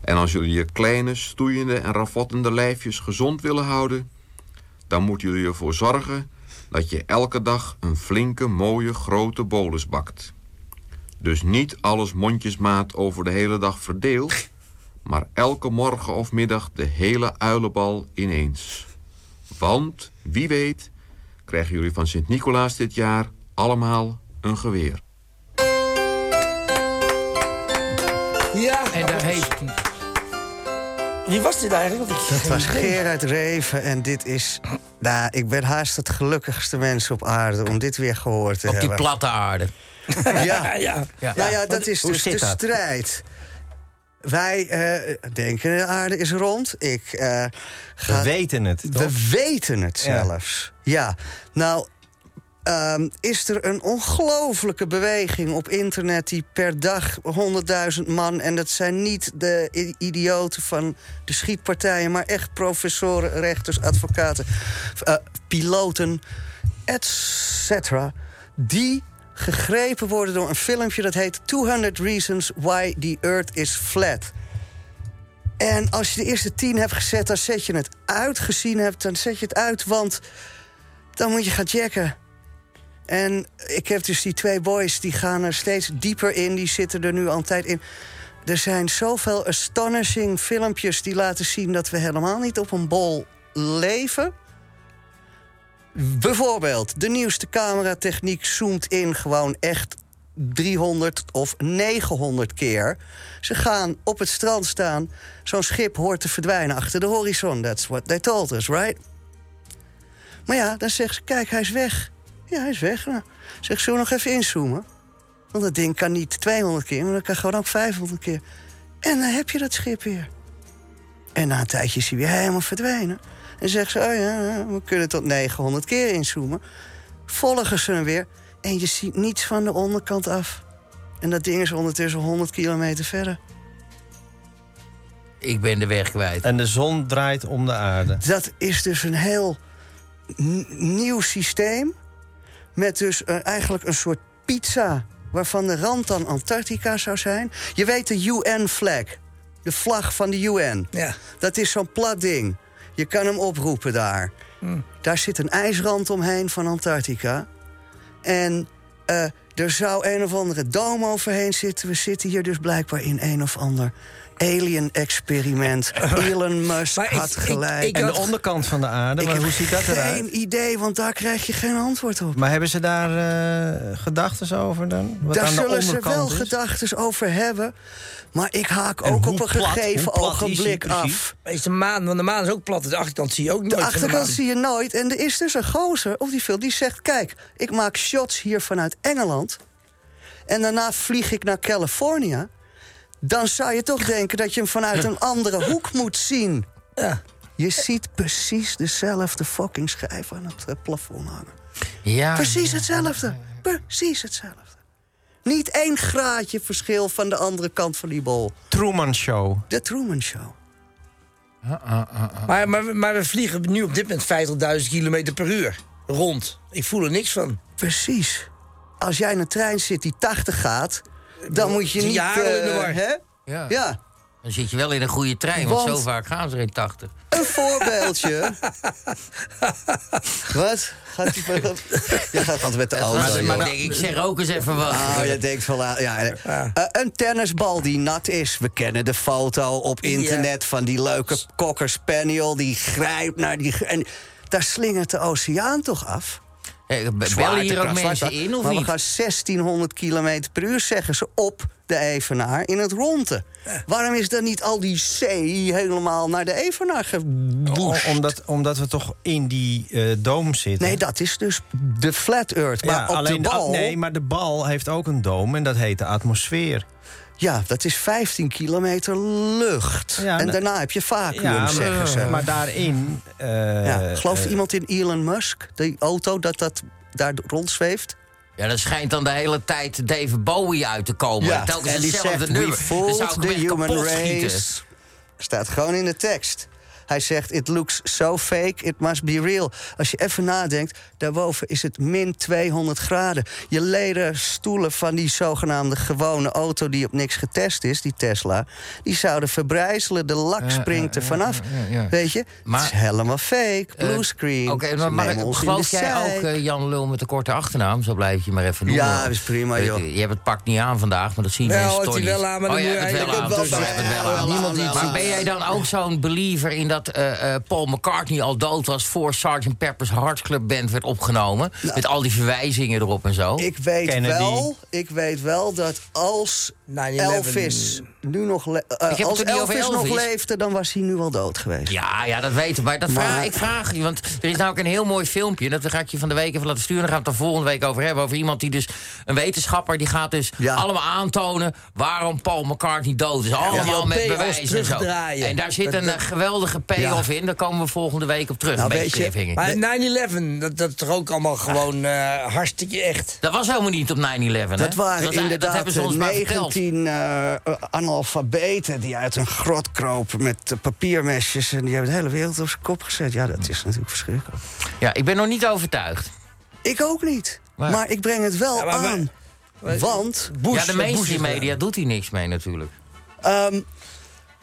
O: En als jullie je kleine, stoeiende en ravottende lijfjes gezond willen houden, dan moeten jullie ervoor zorgen dat je elke dag een flinke, mooie, grote bolus bakt. Dus niet alles mondjesmaat over de hele dag verdeeld, maar elke morgen of middag de hele uilenbal ineens. Want, wie weet, krijgen jullie van Sint-Nicolaas dit jaar allemaal een geweer.
D: Ja.
E: En daar heeft...
D: Wie was dit eigenlijk? Want ik
C: Dat
D: geen
C: was
D: idee.
C: Gerard Reven en dit is... Nou, ik ben haast het gelukkigste mens op aarde om dit weer gehoord te
E: Op die
C: hebben.
E: platte aarde.
C: Ja.
D: ja.
C: Nou ja, dat
E: Want
C: is
E: hoe
C: dus
E: zit
C: de
E: dat?
C: strijd. Wij eh, denken de aarde is rond. Ik, eh, ga...
H: We weten het, toch?
C: We weten het
H: Ja.
C: zelfs. Ja, nou ehm, is er een ongelofelijke beweging op internet... die per dag 100.000 man... en dat zijn niet de i- idioten van de schietpartijen... maar echt professoren, rechters, advocaten, eh, piloten, et cetera... die gegrepen worden door een filmpje dat heet... 200 Reasons Why the Earth is Flat... En als je de eerste tien hebt gezet, dan zet je het uit. Gezien hebt, dan zet je het uit, want dan moet je gaan checken. En ik heb dus die twee boys, die gaan er steeds dieper in. Die zitten er nu altijd in. Er zijn zoveel astonishing filmpjes die laten zien... dat we helemaal niet op een bol leven. Bijvoorbeeld, de nieuwste cameratechniek zoomt in gewoon echt 300 of 900 keer. Ze gaan op het strand staan. Zo'n schip hoort te verdwijnen achter de horizon. That's what they told us, right? Maar ja, dan zegt ze, kijk, hij is weg. Ja, hij is weg. Nou, zeg, zullen we nog even inzoomen? Want dat ding kan niet 200 keer, maar dat kan gewoon ook 500 keer. En dan heb je dat schip weer. En na een tijdje is hij weer helemaal verdwijnen. En zegt ze, oh ja, ja, we kunnen tot 900 keer inzoomen. Volgen ze hem weer en je ziet niets van de onderkant af. En dat ding is ondertussen 100 kilometer verder.
E: Ik ben de weg kwijt.
H: En de zon draait om de aarde.
C: Dat is dus een heel n- nieuw systeem. Met dus eh, eigenlijk een soort pizza. Waarvan de rand dan Antarctica zou zijn. Je weet de UN-flag. De vlag van de UN.
D: Ja.
C: Dat is zo'n plat ding. Je kan hem oproepen daar. Daar zit een ijsrand omheen van Antarctica. En eh, er zou een of andere dome overheen zitten. We zitten hier dus blijkbaar in een of ander alien-experiment. Elon Musk had gelijk.
H: en de onderkant van de aarde,
C: Ik
H: maar
C: heb
H: hoe ziet dat eruit?
C: Geen idee, want daar krijg je geen antwoord op.
H: Maar hebben ze daar eh, gedachten over dan? Wat
C: daar
H: aan de
C: zullen ze
H: onderkant
C: wel
H: is?
C: gedachten over hebben. Maar ik haak ook op een gegeven ogenblik af.
D: Is de maan, want de maan is ook plat. De achterkant zie je ook nooit.
C: De
D: van
C: achterkant
D: maan.
C: zie je nooit. En er is dus een gozer op die film die zegt... kijk, ik maak shots hier vanuit Engeland... en daarna vlieg ik naar Californië... dan zou je toch denken dat je hem vanuit een andere hoek moet zien. Je ziet precies dezelfde fucking schijf aan het eh, plafond hangen.
E: Ja.
C: Precies hetzelfde. Precies hetzelfde. Niet één graadje verschil van de andere kant van die bol.
H: Truman Show.
C: De Truman Show.
D: Maar, maar, we- maar we vliegen nu op dit moment 50.000 kilometer per uur rond. Ik voel er niks van.
C: Precies. Als jij in een trein zit die 80 gaat, dan moet je
E: Die
C: niet...
E: jaren in de
C: eh,
E: war.
C: hè?
E: Ja.
C: ja.
E: Dan zit je wel in een goede trein, want,
C: Want-
E: zo vaak gaan ze er in 80.
C: Een voorbeeldje. wat? Gaat je, je gaat altijd met de auto.
E: maar, maar
C: joh.
E: denk, ik zeg ook eens even wat.
C: Oh, je denkt van, ah, ja, eh, eh, een tennisbal die nat is. We kennen de foto op internet van die leuke cocker spaniel die grijpt naar die. En daar slingert de oceaan toch af?
E: Eh, be- Bellen hier ook
C: Zwaartekracht,
E: mensen
C: zwaartekracht.
E: in of
C: maar
E: niet?
C: we gaan 1600 km per uur, zeggen ze, op de Evenaar in het ronde.
E: Eh.
C: Waarom is dan niet al die zee helemaal naar de Evenaar
E: Oh,
C: geboest?
H: Omdat, omdat we toch in die eh doom zitten.
C: Nee, dat is dus de flat earth. Maar op de bal...
H: nee, maar de bal heeft ook een doom en dat heet de atmosfeer.
C: Ja, dat is 15 kilometer lucht. en
H: nou-
C: daarna heb je vacuüm,
H: Ja, maar-
C: zeggen ze.
H: maar daarin...
C: ja, gelooft
H: eh,
C: iemand in Elon Musk, die auto, dat dat daar rondzweeft?
E: Ja, dan schijnt dan de hele tijd David Bowie uit te komen.
C: Ja,
E: Telkens
C: en die
E: hetzelfde
C: zegt,
E: nummer.
C: we
E: Dan
C: fooled
E: zou ik
C: the
E: hem echt
C: human
E: kapot
C: race.
E: schieten.
C: Staat gewoon in de tekst. Hij zegt, it looks so fake, it must be real. Als je even nadenkt, daarboven is het min 200 graden. Je leren stoelen van die zogenaamde gewone auto... die op niks getest is, die Tesla... die zouden verbrijzelen, de lak springt er vanaf. Weet je? het is helemaal fake,
E: Eh,
C: blue screen.
E: Oké,
C: ze
E: maar, maar
C: nemen ons in
E: geloof
C: de
E: jij
C: zeik.
E: ook eh, Jan Lul met de korte achternaam? Zo blijf je maar even noemen.
C: Ja, dat is prima,
E: Eh,
C: joh. Nou,
E: Je, hebt het pak niet aan vandaag, maar dat zien
D: Wel,
E: mensen
D: had
E: toch
D: hij
E: niet.
D: wel aan, maar dan
E: oh, jij
D: moet je
E: hebt het wel aan.
D: eigenlijk
E: dus
D: het
E: jij
D: wel-
E: hebt het
D: wel
E: wel aan.
D: aan. Niemand die het
E: Maar
D: ziet.
E: ben jij dan ook zo'n believer in dat eh, eh, Paul McCartney al dood was... voor Sgt. Pepper's Heart Club Band werd opgenomen? met al die verwijzingen erop en zo.
C: Nou. Ik weet wel, ik weet wel dat als
E: 9-11
C: Elvis nu nog le- eh,
E: Ik heb het
C: als
E: er niet over
C: Elvis, nog
E: Elvis.
C: leefde, dan was hij nu al dood geweest.
E: Ja, Ah, ja, dat weten we. Maar dat vraag, ik vraag je, want er is nou ook een heel mooi filmpje... dat ga ik je van de week even laten sturen. Daar gaan we het er volgende week over hebben. Over iemand die dus, een wetenschapper, die gaat dus allemaal aantonen... waarom Paul McCartney dood is. Allemaal
D: die
E: met
D: payoffs
E: bewijs en zo.
D: terugdraaien.
E: En daar zit
D: Dat-
E: een
D: dat-
E: eh, geweldige payoff in. Daar komen we volgende week op terug.
D: Nou,
E: een
D: weet
E: beetje
D: je, maar 9-11, dat, dat is toch ook allemaal gewoon eh, hartstikke echt.
E: Dat was helemaal niet op 9-11, hè?
C: Dat waren
E: dat, dat
C: inderdaad
E: hebben ze ons maar verteld.
C: 19 eh, eh, analfabeten die uit een grot kropen met eh, papiermesjes. En die hebben de hele wereld op zijn kop gezet. Ja, dat is natuurlijk verschrikkelijk.
E: Ja, ik ben nog niet overtuigd.
C: Ik ook niet.
E: Maar-
C: Maar, ik breng het wel aan. want...
E: ja, de mainstream media doet hier niks mee natuurlijk.
C: Ehm,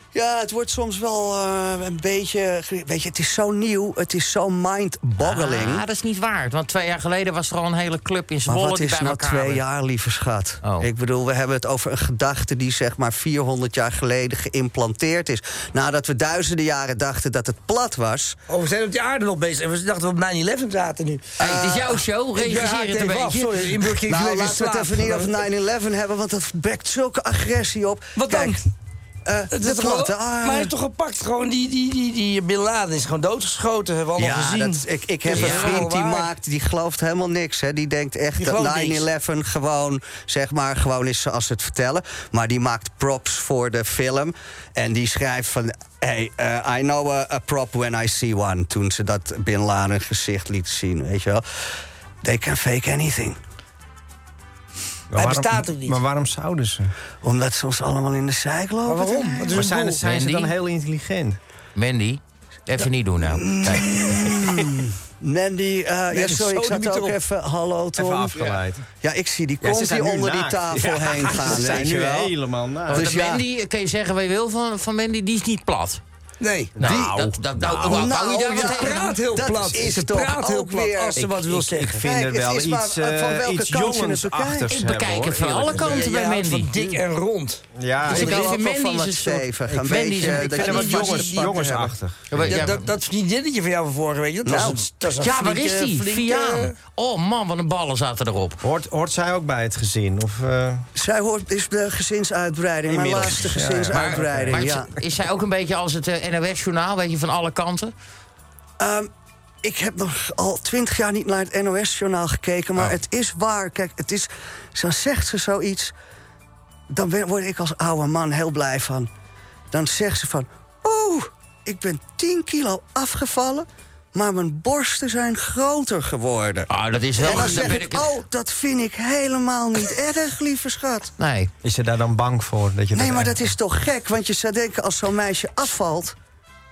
C: ja, het wordt soms wel eh, een beetje... ge- Weet je, het is zo nieuw, het is zo mind-boggling.
E: Ah, dat is niet waar. Want twee jaar geleden was er al een hele club in
C: maar
E: Zwolle
C: wat
E: die
C: is
E: bij
C: nou
E: elkaar Oh.
C: twee
E: werd.
C: jaar, lieve schat? Ik bedoel, we hebben het over een gedachte die zeg maar 400 jaar geleden geïmplanteerd is. Nadat we duizenden jaren dachten dat het plat was...
D: Oh, we zijn op die aarde nog bezig. en We dachten dat we op 9-11 zaten nu. Eh,
E: Hey, het is jouw show,
D: Ik
E: regisseer
D: haak
E: het een
D: even
E: beetje.
D: af, Sorry, in Burger King
C: Nou,
D: leven
C: laten we het
D: slaaf.
C: even niet over 9-11 hebben, want dat wekt zulke agressie op.
D: Wat
C: Kijk,
D: dan?
C: eh,
D: Het
C: de
D: is gewoon-
C: platte aarde.
D: maar hij is toch gepakt? Gewoon die, die, die, die Bin Laden is gewoon doodgeschoten. Hebben we allemaal
C: Ja,
D: gezien. Dus
C: dat- ik, ik heb een vriend die maakt, die gelooft helemaal niks. Hè. Die denkt echt
D: Die
C: dat
D: gelooft niks.
C: 9-11 gewoon, zeg maar, gewoon is zoals ze het vertellen. Maar die maakt props voor de film. En die schrijft van, hey, eh, I know a, a prop when I see one. Toen ze dat Bin Laden gezicht liet zien, weet je wel. They can fake anything.
H: Maar waarom- Maar waarom zouden ze?
C: Omdat ze ons allemaal in de zijk lopen.
D: Maar waarom?
C: te-
D: Wat
H: Maar zijn, zijn ze dan heel intelligent?
E: Mandy, even niet doen nou.
C: Mm.
E: Nee.
C: Hmm. Mandy, eh ja,
H: Mandy,
C: sorry, ik
H: zo
C: zat
H: niet
C: ook
H: op.
C: even... Hallo, Tom.
H: Even afgeleid.
C: Ja, ik zie die
H: Ja, ze
C: komt
H: zijn nu
C: onder die
H: naakt.
C: tafel
H: Ja,
C: heen gaan.
H: ze zijn
C: weet je
H: nu
C: wel. Dus
H: helemaal naakt.
E: Want Mandy, kun je zeggen wat je wil van, van Mandy, die is niet plat.
D: Nee.
E: Nou, dat, dat, nou,
D: nou,
E: wou- wou je daar
D: nou,
E: wat
D: ze
E: tegen?
D: praat heel
C: Dat
D: plat.
C: is
D: Ze
C: toch
D: praat heel
C: ook
D: plat
C: weer-
D: als ze wat
H: Ik-
D: wil
H: ik-
D: zeggen.
H: Ik vind er
C: Kijk, het
H: wel
C: is maar
H: iets,
C: van
H: eh,
C: welke
H: iets
C: kant je het
H: jongensachtigs
C: bekijkt.
E: Ik bekijk
H: hebben,
E: het van
H: hoor,
E: alle
H: eerlijk
E: kanten
H: gezegd.
E: bij Mandy.
D: Van dik en rond.
H: Ja,
E: Dus
H: ik
E: ik
H: vind-
E: vind
H: ik
E: Mandy
H: vind
E: is een
H: het
E: soort...
C: stevig,
E: ik
C: een
E: vind die
C: beetje,
E: zo'n-
C: dat
E: ik
C: je
E: vind
C: wat
E: die
C: jongens-
E: jongens-
H: jongensachtig.
E: Ja, maar- ja,
D: dat, dat, dat is niet dinnetje van jou van vorige week. Dat was
E: Nou,
D: een, dat was een
E: ja, waar
D: flinke-
E: is die?
D: flinke-
E: Viaan. Oh man, wat een ballen zaten erop.
H: Hoort, hoort zij ook bij het gezin? Of, eh,
C: Zij hoort, is de gezinsuitbreiding,
H: Inmiddels.
C: mijn laatste
H: Ja, eh, ja.
C: gezinsuitbreiding.
E: Maar
C: ja.
E: is- is zij ook een beetje als het eh, NOS-journaal, weet je, van alle kanten?
C: Ehm, ik heb nog al twintig jaar niet naar het NOS-journaal gekeken,
E: Oh.
C: maar het is waar. Kijk, het is, zo zegt ze zoiets, dan ben- word ik als oude man heel blij van. Dan zegt ze van, oeh, ik ben 10 kilo afgevallen, maar mijn borsten zijn groter geworden.
E: Ah, dat is wel...
C: En dan
E: dan
C: zeg
E: ben
C: ik,
E: ik-
C: oh, dat vind ik helemaal niet erg, lieve schat.
E: Nee.
H: Is ze daar dan bang voor? Dat je
C: Nee, maar dat is toch gek? Want je zou denken, als zo'n meisje afvalt...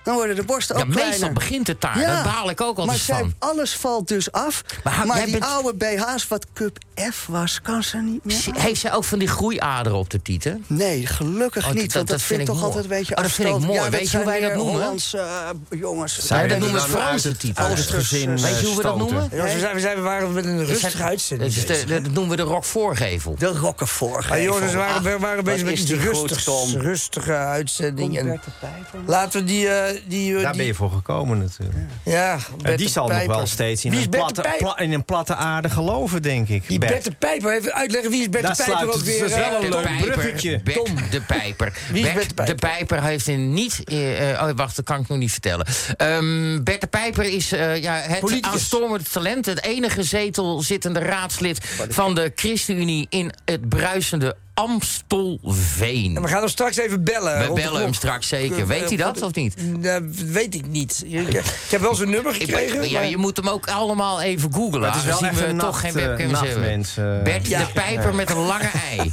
C: dan worden de borsten
E: Ja,
C: ook kleiner.
E: meestal begint het daar. Daar baal ik ook altijd
C: maar zij-
E: van.
C: alles valt dus af.
E: Maar
C: Maar,
E: jij
C: die
E: bent-
C: oude BH's, wat cup F was, kan ze niet meer Oh, aan.
E: Heeft zij ook van die groeiaderen op de tieten?
C: Nee, gelukkig
E: Oh, dat-
C: niet.
E: dat-
C: Want dat,
E: dat
C: vind ik toch
E: mooi.
C: altijd een beetje
E: Oh, dat vind ik
C: afstand.
E: mooi.
C: Ja, dat
E: Weet je hoe
C: zijn
E: wij dat
C: weer
E: noemen?
C: Hollandse, eh, jongens.
E: Zij dat
H: er
E: noemen
H: dan
E: ze
H: uit
E: Franse
H: het-
E: tieten.
H: uit het gezin,
E: Weet je
H: eh,
E: hoe we dat
H: stoten?
E: noemen?
D: Ja, we, zijn, we, zijn, we waren met een rustige uitzending.
E: Dat, is de- dat noemen we de rokvoorgevel.
C: De rokken voorgeven.
D: Maar Ah, jongens, we waren, we
E: Ach,
D: waren
E: wat
D: bezig met
E: is
D: iets
E: die goed,
D: rustigs,
E: Tom.
D: rustige uitzending. En laten we die eh, die, eh,
H: Daar
D: die-
H: ben je voor gekomen natuurlijk.
D: Ja,
H: En
D: Bert
H: die
D: de
H: zal nog wel
D: Pijper.
H: steeds in
D: Wie is
H: een,
D: Bert de
H: platte,
D: Pijper?
H: pla- in een platte aarde geloven, denk ik.
D: Die Bert de Pijper, even uitleggen wie is Bert
H: Dat
D: de Pijper
H: sluit-
D: ook weer.
H: dat is wel
D: eh,
H: dus een leuk
D: Pijper.
H: bruggetje.
E: Bert de Pijper. Bert, de Pijper? heeft een niet... eh, eh, oh, wacht, dat kan ik nog niet vertellen. Ehm, Bert de Pijper is eh, ja, het aanstormend talent. Het enige zetelzittende raadslid van de ChristenUnie... in het bruisende Amstelveen.
D: En we gaan hem straks even bellen.
E: We
D: rond de
E: bellen hem
D: klok.
E: straks zeker.
D: Eh,
E: Weet hij
D: eh,
E: dat of niet?
D: Eh, weet ik niet. Ik, ik heb wel zijn nummer
E: Ik-
D: gekregen.
E: ja,
D: maar-
E: je moet hem ook allemaal even googlen.
H: Het is wel
E: aangezien
H: echt
E: we
H: een
E: toch
H: nacht,
E: geen
H: eh,
E: webcams hebben.
H: nachtmens, eh.
E: Bert
H: Ja.
E: de Pijper
H: Ja.
E: met een lange ei.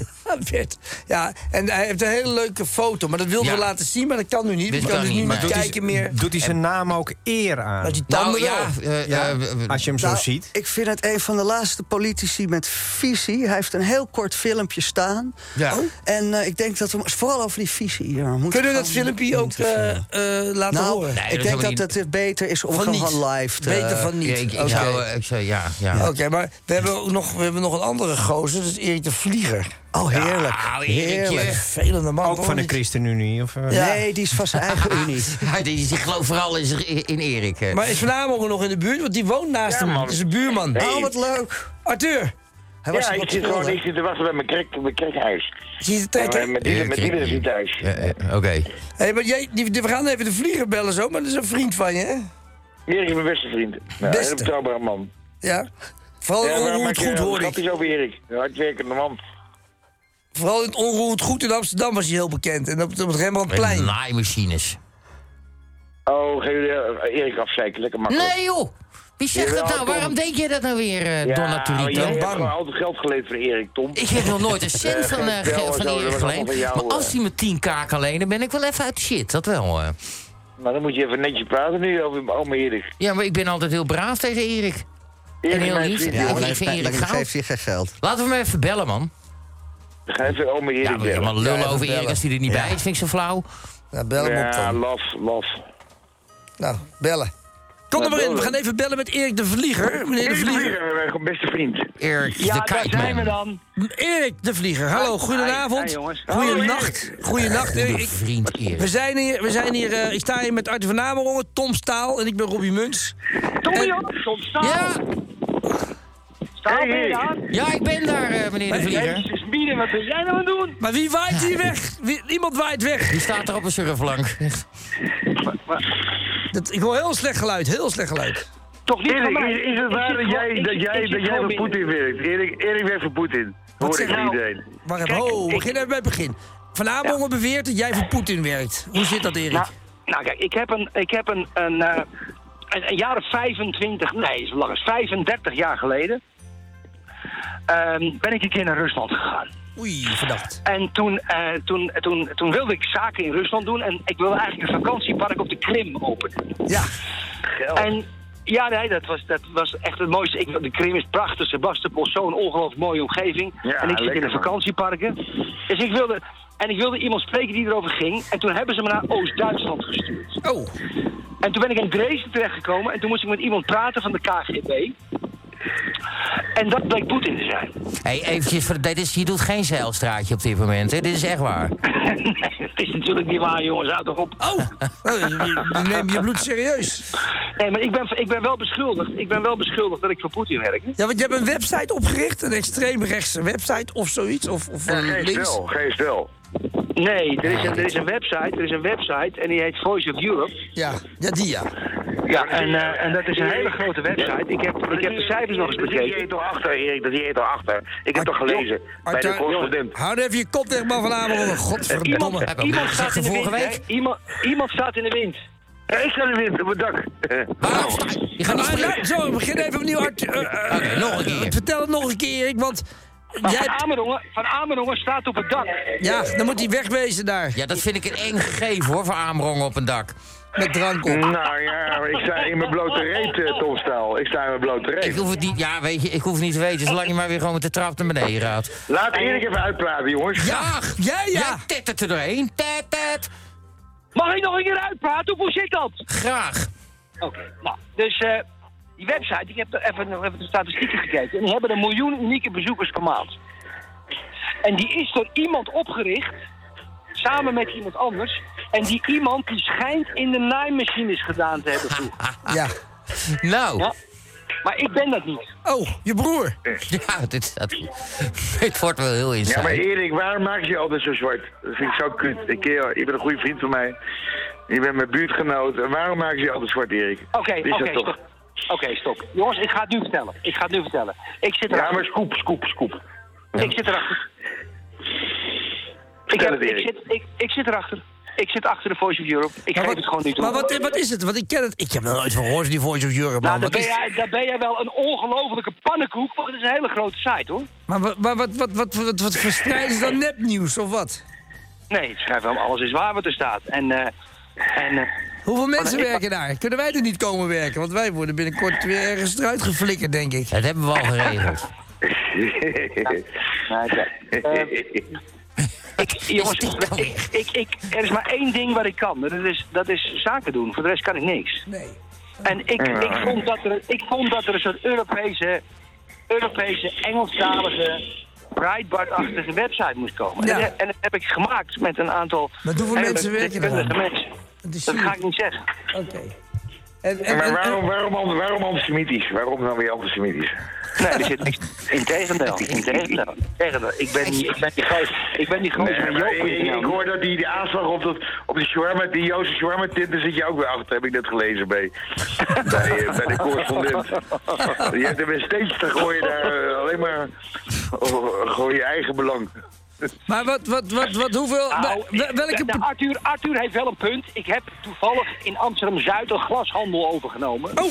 D: Bert. Ja, en hij heeft een hele leuke foto. Maar dat wilden
E: Ja.
D: we laten zien, maar dat kan nu niet.
E: Dit
D: we kan
E: kan
D: dus
E: niet,
D: nu
E: maar
D: niet
E: doet hij-
D: kijken meer.
H: Doet hij zijn naam ook eer aan?
D: Dat die
E: tanden Nou, ja, wel. eh, Ja, eh,
H: als je hem zo
C: Nou,
H: ziet.
C: Ik vind het een van de laatste politici met visie. Hij heeft een heel kort filmpje staan.
E: Ja.
C: En eh, ik denk dat we vooral over die visie hier moeten
D: Kunnen we dat
C: gaan
D: filmpje ook eh,
C: interviewen.
D: eh, laten
C: nou,
D: horen?
E: Nee, dat
C: ik
E: is
C: denk
E: helemaal
C: dat
E: niet-
C: het beter is om
D: Van
C: gewoon
D: niet.
C: van live te...
D: Beter van niet.
E: Ja, ik, ik
D: Oké.
E: zou, eh, ik zou- ja, ja.
D: Oké, maar we hebben, ook nog, we hebben nog een andere gozer. Dat is Erik de Vlieger.
C: Oh, heerlijk.
E: Ah,
D: Heerlijk.
E: Erikje.
D: Vervelende man.
H: Ook
D: hoor.
H: van de
D: Die-
H: ChristenUnie? Of, eh?
D: Ja.
C: Nee, die is van zijn eigen unie.
E: Hij die- die gelooft vooral in, zich- in Erik. eh. hè.
D: Maar is vanavond nog in de buurt, want die woont naast hem. Het is een buurman.
C: Oh, wat leuk.
D: Arthur. Hij was
L: ja, ik zit gewoon ik zit te wachten bij mijn, krek, mijn krekhuis.
D: Zie je de
L: En,
D: trekker?
L: eh, Mijn dealer- mijn
E: Erik,
L: dealer is niet thuis.
E: Eh, eh, Oké.
D: Hey, maar jij, die, die- we gaan even de vlieger bellen zo, maar dat is een vriend van je, hè?
L: Erik is mijn beste vriend. Ja, een
D: Beste.
L: hele betrouwbare man.
D: Ja. Vooral in
L: waarom
D: onroerend
L: maak je
D: goed, hoor ik.
L: grapjes over Erik? Een hardwerkende man.
D: Vooral in onroerend goed in Amsterdam was hij heel bekend. En op, op het Rembrandtplein.
E: Met naaimachines.
L: Oh, geef je eh, Erik afzeiken, lekker makkelijk.
E: Nee joh! Wie zegt
L: Jawel,
E: dat nou?
L: Tom.
E: Waarom denk jij dat nou weer, eh,
L: Ja, oh,
E: Donna
L: maar
E: Turito?
L: jij hebt gewoon altijd geld geleend voor Erik, Tom.
E: Ik heb nog nooit een cent
L: Eh,
E: van, eh,
L: geen
E: ge-
L: bel en
E: van
L: zo, dat
E: Erik
L: was allemaal
E: geleend.
L: van jou,
E: Maar
L: eh.
E: als hij me 10k kan lenen, ben ik wel even uit de shit. Dat wel. eh.
L: Maar dan moet je even netjes praten nu over over Erik.
E: Ja, maar ik ben altijd heel braaf tegen Erik.
L: Erik
E: En heel
L: mijn
E: lief.
L: vriend,
E: Ja,
L: jongen.
E: ik vind Erik
C: Dan
E: goud.
C: geeft hij geen geld.
E: Laten we hem even bellen, man.
L: Dan ga even oma Erik
E: Ja, we
L: bellen.
E: helemaal lullen
D: Ja, even
E: over Erik
D: bellen.
E: als hij er niet
D: Ja.
E: bij is. Vind ik zo flauw.
D: Nou, bel hem op
L: Ja,
D: dan.
L: laf, laf.
D: Nou, bellen. Kom er maar in, we gaan even bellen met Erik de Vlieger. Meneer de
L: Erik
D: Vlieger.
L: Vlieger, mijn gewoon beste vriend.
E: Erik, de kijkman.
P: dan.
D: Erik de Vlieger, hallo, goedenavond.
P: hi, jongens.
D: Goedenacht. Goedenacht, Erik.
E: De
D: Ik-
E: vriend
D: We
E: Erik.
D: zijn hier, we zijn hier eh, ik sta hier met Arthur van Amerongen, Tom Staal en ik ben Robbie Muns.
P: Tommy op, Tom Staal.
E: Ja,
P: Staal ben je daar?
E: ja, ik ben daar, eh, meneer de Vlieger.
P: Jezus, Mine, wat ben jij nou aan het doen?
D: Maar wie waait hier weg? Wie- iemand waait weg.
E: Die staat er op een surfplank.
D: Dat, ik hoor heel slecht geluid, heel slecht geluid.
P: Toch niet van
L: Erik,
P: mij.
L: is, is het
P: Ik
L: waar
P: zit
L: dat
P: gewoon-
L: jij,
P: ik
L: dat
P: zit-
L: jij,
P: ik zit
L: dat jij
P: gewoon
L: voor
P: binnen.
L: Poetin werkt? Erik, Erik werkt voor Poetin. Hoor ik
D: zeg
L: van
P: nou?
L: iedereen.
D: Wacht even,
P: Kijk,
D: ho,
P: ik-
D: begin even bij het begin. Van Amerongen beweert dat jij voor Poetin werkt. Hoe zit dat, Erik?
P: Nou, nou kijk, ik heb een, ik heb een, een, eh, een, een jaar of 25, nee, is langer, 35 jaar geleden ehm, ben ik een keer naar Rusland gegaan.
F: E
D: Oei, verdacht.
P: En toen, eh, toen, toen, toen wilde ik zaken in Rusland doen en ik wilde eigenlijk een vakantiepark op de Krim openen.
D: Ja,
P: En ja, nee, dat was, dat was echt het mooiste. Ik, de Krim is prachtig. Sebastopol, zo'n ongelooflijk mooie omgeving.
L: Ja,
P: en ik zit in
L: lekker,
P: de
L: man.
P: vakantieparken. Dus ik wilde, en ik wilde iemand spreken die erover ging. En toen hebben ze me naar Oost-Duitsland gestuurd.
D: Oh,
P: En toen ben ik in Dresden terechtgekomen. En toen moest ik met iemand praten van de KGB. En dat bleek Poetin te zijn.
E: Hey, eventjes, voor, dit is, je doet geen zeilstraatje op dit moment, hè? Dit is echt waar.
P: nee, dat is natuurlijk niet waar, jongens. Houd toch op.
D: oh. Nou, je- je neem je bloed serieus.
P: Nee, maar ik ben, ik ben wel beschuldigd. Ik ben wel beschuldigd dat ik voor Poetin werk.
D: Ja, want je hebt een website opgericht, een extreemrechtse website of zoiets, of, of
L: Ja,
D: een
L: geef
D: links.
L: wel, geef wel.
P: Eh, Nee, er is, een, er is een website. Er is een website en die heet Voice of Europe.
D: Ja, ja, die ja.
P: Ja, en, eh, en dat is een hele grote website. Ik heb, ik heb de cijfers nog eens
L: Die
P: bekeken.
L: eet al achter, Erik, dat die eet al achter. Ik heb toch gelezen, bij de
D: Arthur,
L: correspondent.
D: Hou even je kop weg, man, van Amerongen. Godverdomme.
E: Heb
P: Iemand,
E: ik
P: iemand
E: ook
P: staat in
E: gezegd
P: de wind.
E: vorige
P: hè?
E: week?
P: Iemand, iemand staat in de wind.
L: Ja, ik sta er weer op mijn dak.
E: Waarom sta je? Je gaat niet
D: Ah, nou,
E: springen.
D: zo, we beginnen even opnieuw. Arthur, eh, eh,
E: Oké, nog een keer.
D: vertel het nog een keer, Erik, want
P: Maar
D: jij...
P: Van Amerongen, van Amerongen staat op het dak.
D: Ja, dan moet hij wegwezen daar,
E: Ja, dat vind ik een eng gegeven, hoor, voor aanrongen op een dak.
D: met drank op.
L: Nou ja, maar ik sta in mijn blote reet, eh, Tom Staal. Ik sta in mijn blote
E: Ik
L: reet.
E: hoef het niet, ja, weet je, ik hoef het niet te weten, zolang je maar weer gewoon met de trap naar beneden gaat.
L: Laat Erik even uitpraten, jongens.
E: Ja,
D: Ja, ja.
E: Jij tettert er doorheen. Tet, tet.
P: Mag ik nog een keer uitpraten? Of Hoe zit dat?
E: Graag.
P: Oké, nou. Dus eh, die website, ik heb er even, nog even de statistieken gekeken. En die hebben een miljoen unieke bezoekers per maand. En die is door iemand opgericht, samen met iemand anders, En die iemand die schijnt in de naaimachines gedaan te hebben vroeger.
D: Ja.
E: Nou.
P: Maar ik ben dat niet.
D: Oh, je broer.
E: Ja, dit staat Het wordt wel heel inside.
L: Ja, maar Erik, waarom maak je je altijd zo zwart? Dat vind ik zo kut. Ik, ken- je bent een goede vriend van mij. Je bent mijn buurtgenoot. En waarom maak je je altijd zwart, Erik?
P: Oké,
L: Is
P: oké,
L: dat toch?
P: stop. Oké, stop. Jongens, ik ga het nu vertellen. Ik ga het nu vertellen. Ik zit erachter. Ja, maar scoop, scoop, scoop. Ik zit erachter. Ik, heb, ik, zit, ik, ik zit erachter. Ik zit achter de Voice of Europe. Ik geef het gewoon niet toe.
D: Maar wat, wat is het? Want ik ken het. Ik heb nog nooit van gehoord, die Voice of Europe, man.
P: Nou, dan
D: Wat
P: ben,
D: is-
P: jij, dan ben jij wel een ongelofelijke pannenkoek, want het is een hele grote site, hoor.
D: Maar, wa- maar wat, wat, wat, wat, wat verspreiden ze dan nepnieuws of wat?
P: Nee, het schrijft wel alles is waar wat er staat. En, eh, en, eh,
D: Hoeveel mensen
P: ik-
D: werken daar? Kunnen wij er niet komen werken? Want wij worden binnenkort weer ergens eruit geflikkerd, denk ik. Dat hebben we al geregeld.
L: Nou,
P: Nee, oké. Eh, ik, jongens, ik, ik, ik, er is maar één ding wat ik kan. en Dat is, dat is zaken doen. Voor de rest kan ik niks.
D: Nee.
P: En ik,
L: Ja.
P: ik, vond, dat er, ik vond dat er een soort Europese, Europese Engelstalige Breitbart-achtige website moest komen. En, dat- en dat heb ik gemaakt met een aantal...
D: Met hoeveel
P: hele
D: mensen werken er aan?
P: deskundige mensen. Dat ga ik niet zeggen.
D: Oké. En,
P: eh,
D: en,
L: maar
D: en-
L: waarom, waarom, waarom, antisemitisch? Waarom dan weer antisemitisch?
P: Nee, er zit niks. Integendeel, integendeel. integendeel. Ik ben niet, ik ben niet groot. Ik ben niet groot.
L: Nee, maar ik, ik, ik hoor dat die, die aanslag op, dat, op die shawarma, die Joodse shawarma tent, daar zit je ook weer achter, heb ik net gelezen bij, bij, eh, bij de correspondent. Je hebt er weer steeds, dan gooi je daar eh, alleen maar, oh, gooi je eigen belang.
D: Maar wat, wat, wat, wat hoeveel...
P: Nou, welke... Arthur, Arthur heeft wel een punt. Ik heb toevallig in Amsterdam-Zuid een glashandel overgenomen.
D: Oh,